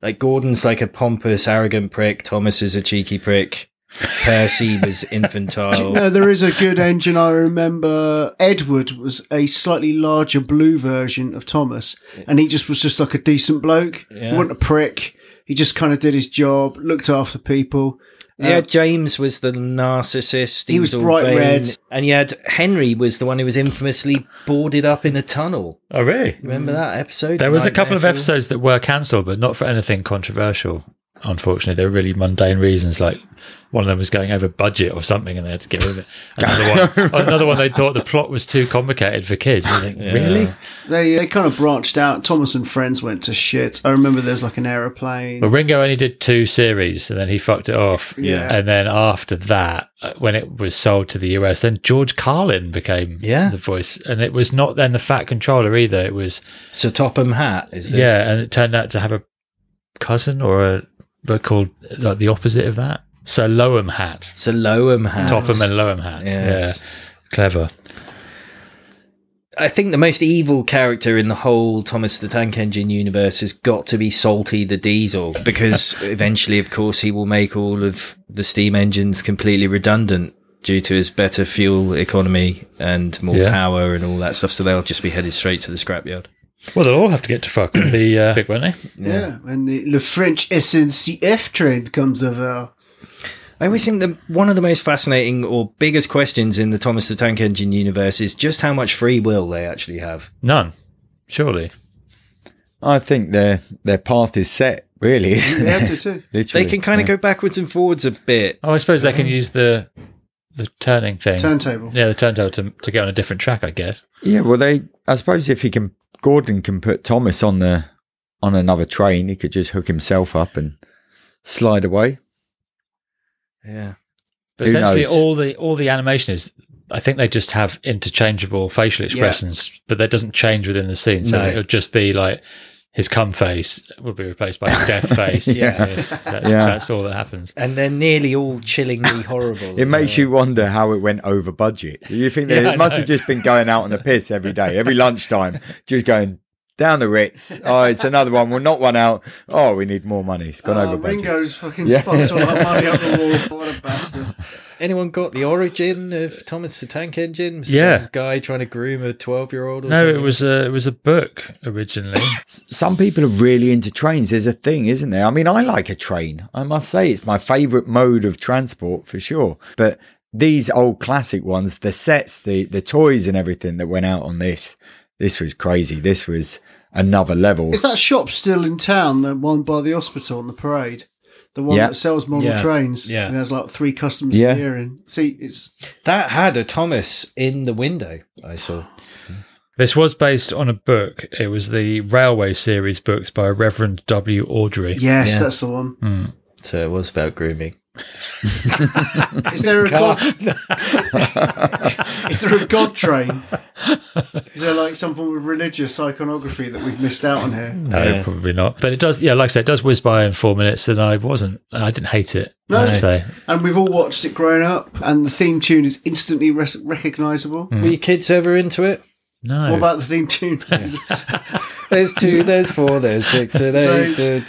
A: Like Gordon's like a pompous, arrogant prick. Thomas is a cheeky prick. Percy was infantile.
C: No, there is a good engine. I remember Edward was a slightly larger blue version of Thomas, and he just was just like a decent bloke.
A: Yeah.
C: He wasn't a prick. He just kind of did his job, looked after people.
A: Yeah, James was the narcissist. He,
C: uh, He was bright
A: vain.
C: red.
A: and you had Henry was the one who was infamously boarded up in a tunnel.
B: Oh really?
C: Mm.
A: Remember that episode?
B: There was a
A: Nightmare
B: couple of
A: Fuel?
B: episodes that were cancelled, but not for anything controversial. Unfortunately, they were really mundane reasons. Like one of them was going over budget or something, and they had to get rid of it. Another one, another one, they thought the plot was too complicated for kids. You think, Really?
C: They they kind of branched out. Thomas and friends went to shit. I remember there was like an aeroplane.
B: Well, Ringo only did two series, and then he fucked it off.
C: Yeah.
B: And then after that, uh, when it was sold to the US, then George Carlin became
A: Yeah.
B: the voice, and it was not then the Fat Controller either. It was
A: Sir Topham Hat is this?
B: yeah, and it turned out to have a cousin or a book called like the opposite of that. So Loam Hat,
A: Sir Loam Hat.
B: Topham and Loam Hat.
A: Yes.
B: Yeah, clever.
A: I think the most evil character in the whole Thomas the Tank Engine universe has got to be Salty the Diesel because eventually, of course, he will make all of the steam engines completely redundant due to his better fuel economy and more
B: Yeah.
A: power and all that stuff. So they'll just be headed straight to the scrapyard.
B: Well, they'll all have to get to fuck with the uh, big, won't they?
C: yeah, when the Le French SNCF train comes uh, over.
A: I always think that one of the most fascinating or biggest questions in the Thomas the Tank Engine universe is just how much free will they actually have.
B: None, surely.
D: I think their their path is set, really. isn't
C: They
D: it?
C: have to too.
A: They
D: Literally.
A: can kind of go backwards and forwards a bit.
B: Oh, I suppose they can use the the turning thing.
C: Turntable.
B: yeah, the turntable to, to get on a different track, I guess.
D: Yeah, well, they. I suppose if he can, Gordon can put Thomas on the on another train. He could just hook himself up and slide away.
A: Yeah.
B: But
D: Who
B: essentially,
D: knows?
B: all the all the animation is. I think they just have interchangeable facial expressions, but that doesn't change within the scene. So
A: No.
B: it'll just be like his cum face will be replaced by his death face.
D: Yeah.
B: And it's- that's,
D: Yeah.
B: that's all that happens.
A: And they're nearly all chillingly horrible.
D: It makes you wonder how it went over budget. You think they
B: uh, Yeah, I
D: it must
B: know.
D: have just been going out on the piss every day, every lunchtime, just going down the Ritz. Oh, it's another one. We'll knock one out. Oh, we need more money. It's
B: Ah,
D: gone
C: Oh,
D: over budget.
C: Ringo's fucking
D: Yeah.
C: spot all our money up the wall. What a bastard.
A: Anyone got the origin of Thomas the Tank Engine? Some
B: Yeah.
A: guy trying to groom a twelve-year-old. or
B: No,
A: something?
B: it was a it was a book originally.
D: Some people are really into trains. There's a thing, isn't there? I mean, I like a train. I must say it's my favorite mode of transport for sure. But these old classic ones, the sets, the the toys and everything that went out on this, this was crazy. This was another level.
C: Is that shop still in town? The one by the hospital on the parade, the one
D: Yeah.
C: that sells model
B: Yeah.
C: trains.
B: Yeah.
C: and there's like three customers
D: Yeah.
C: a year. And see, it's
A: that had a Thomas in the window. I saw.
B: this was based on a book. It was the Railway series books by Reverend W. Audrey.
C: yes,
A: Yeah.
C: that's the one.
A: So it was about grooming.
C: Is there a god? Is there a god train? Is there like some form of religious iconography that we've missed out on here?
B: No, probably not. But it does. Yeah, like I said, it does whiz by in four minutes, and I wasn't. I didn't hate it.
C: No.
B: I'd say.
C: And we've all watched it growing up, and the theme tune is instantly res- recognizable.
B: Mm-hmm.
A: Were you kids ever into it?
B: No.
C: What about the theme tune?
A: There's two, there's four, there's six, and eight.
C: Those-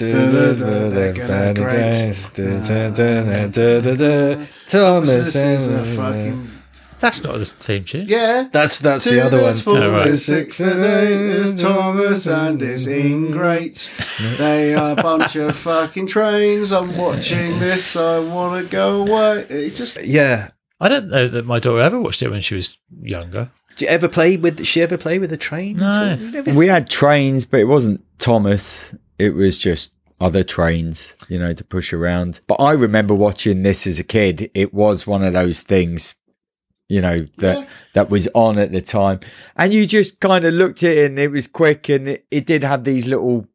C: They're gonna great.
A: Thomas
C: this is a
A: and-
C: fucking
B: That's not the theme tune.
C: yeah.
A: That's that's
C: Two,
A: the other one.
C: there's Four,
B: Oh, right.
C: there's six, there's eight, there's Thomas and his ingrates. They are a bunch of fucking trains. I'm watching this. I want to go away. It just
A: Yeah.
B: I don't know that my daughter ever watched it when she was younger.
A: Do you ever play with? She ever play with a train?
B: No.
A: at all? You never
D: We had trains, but it wasn't Thomas. It was just other trains, you know, to push around. But I remember watching this as a kid. It was one of those things, you know, that that was on at the time. And you just kind of looked at it and it was quick and it, it did have these little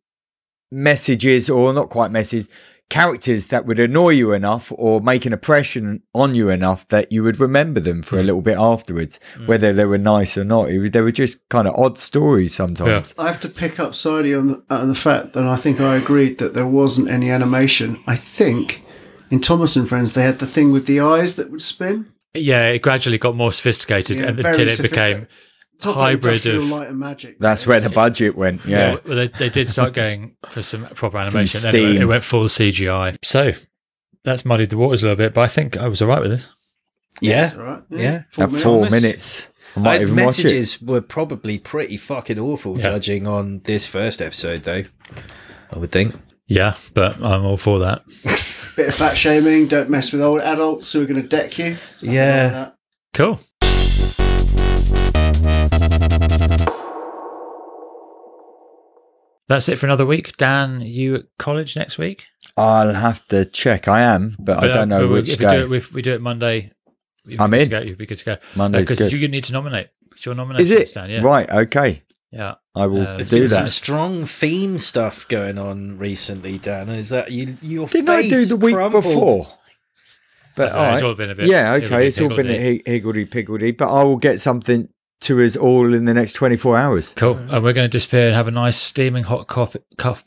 D: messages or not quite messages characters that would annoy you enough or make an impression on you enough that you would remember them for a little bit afterwards whether they were nice or not it, was- they were just kind of odd stories sometimes
C: I have to pick up slightly on the, on the fact that I think I agreed that there wasn't any animation. I think in Thomas and Friends they had the thing with the eyes that would spin.
B: Yeah, it gradually got more sophisticated
C: Yeah,
B: and-
C: very
B: until it
C: sophisticated.
B: became.
C: Top
B: hybrid
C: industrial
B: of-
C: light and magic.
D: That's where the budget went. Yeah.
B: Yeah, well, they, they did start going for some proper animation.
D: Some
B: Then it went-
D: steam.
B: it went full CGI. So that's muddied the waters a little bit, but I think I was all right with this.
A: Yeah.
C: That's all right.
A: Yeah.
D: At four
C: Thomas.
D: minutes. I
A: My
D: might even watch it.
A: messages were probably pretty fucking awful,
B: Yeah.
A: judging on this first episode, though. I would think.
B: Yeah, but I'm all for that.
C: Bit of fat shaming. Don't mess with old adults who are going to deck you. Nothing wrong
A: Yeah.
C: with that.
B: Cool. That's it for another week. Dan, you at college next week?
D: I'll have to check. I am, but, I
B: But,
D: don't
B: uh,
D: know
B: but we-
D: which
B: if we,
D: day.
B: do it, if we do it Monday, you'd be
D: I'm
B: good
D: in.
B: To go, you'd be good to go.
D: Monday's
B: Because
D: good.
B: uh, you need to nominate. It's your nomination.
D: Is it?
B: Dan, yeah.
D: Right. Okay.
B: Yeah.
D: I will
B: Uh,
A: There's
D: do
A: been some
D: that.
A: strong theme stuff going on recently, Dan. Is that you? Your
D: Didn't I do
A: face
D: the week
A: crumbled.
D: before?
B: I
D: But
B: don't know,
D: all
B: It's
D: right.
B: all been a bit.
D: yeah. Okay. It's all been
B: higgledy-piggledy.
D: hi- higgledy piggledy, but I will get something to us all in the next 24 hours.
B: Cool. And we're going to disappear and have a nice steaming hot cup, cup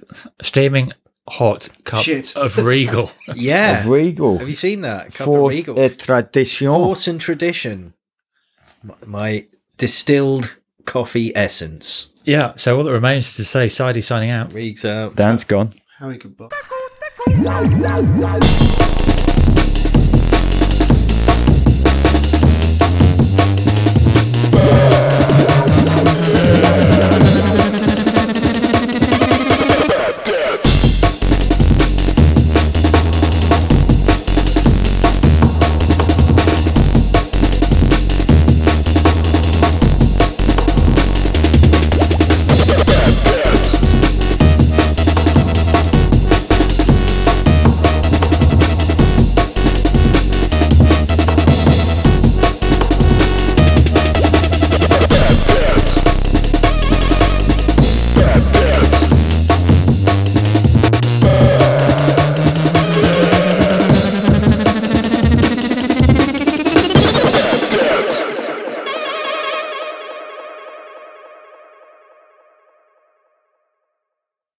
B: steaming hot cup
C: Shit.
B: of Regal.
A: Yeah.
D: Of Regal.
A: Have you seen that? Cup of
D: Force
A: Regal.
D: et tradition.
A: Force and tradition. My, my distilled coffee essence.
B: yeah. So all that remains is to say, Sidey signing out.
A: Reeks out.
D: Dan's gone.
C: How he could. Buy-
E: Thank you.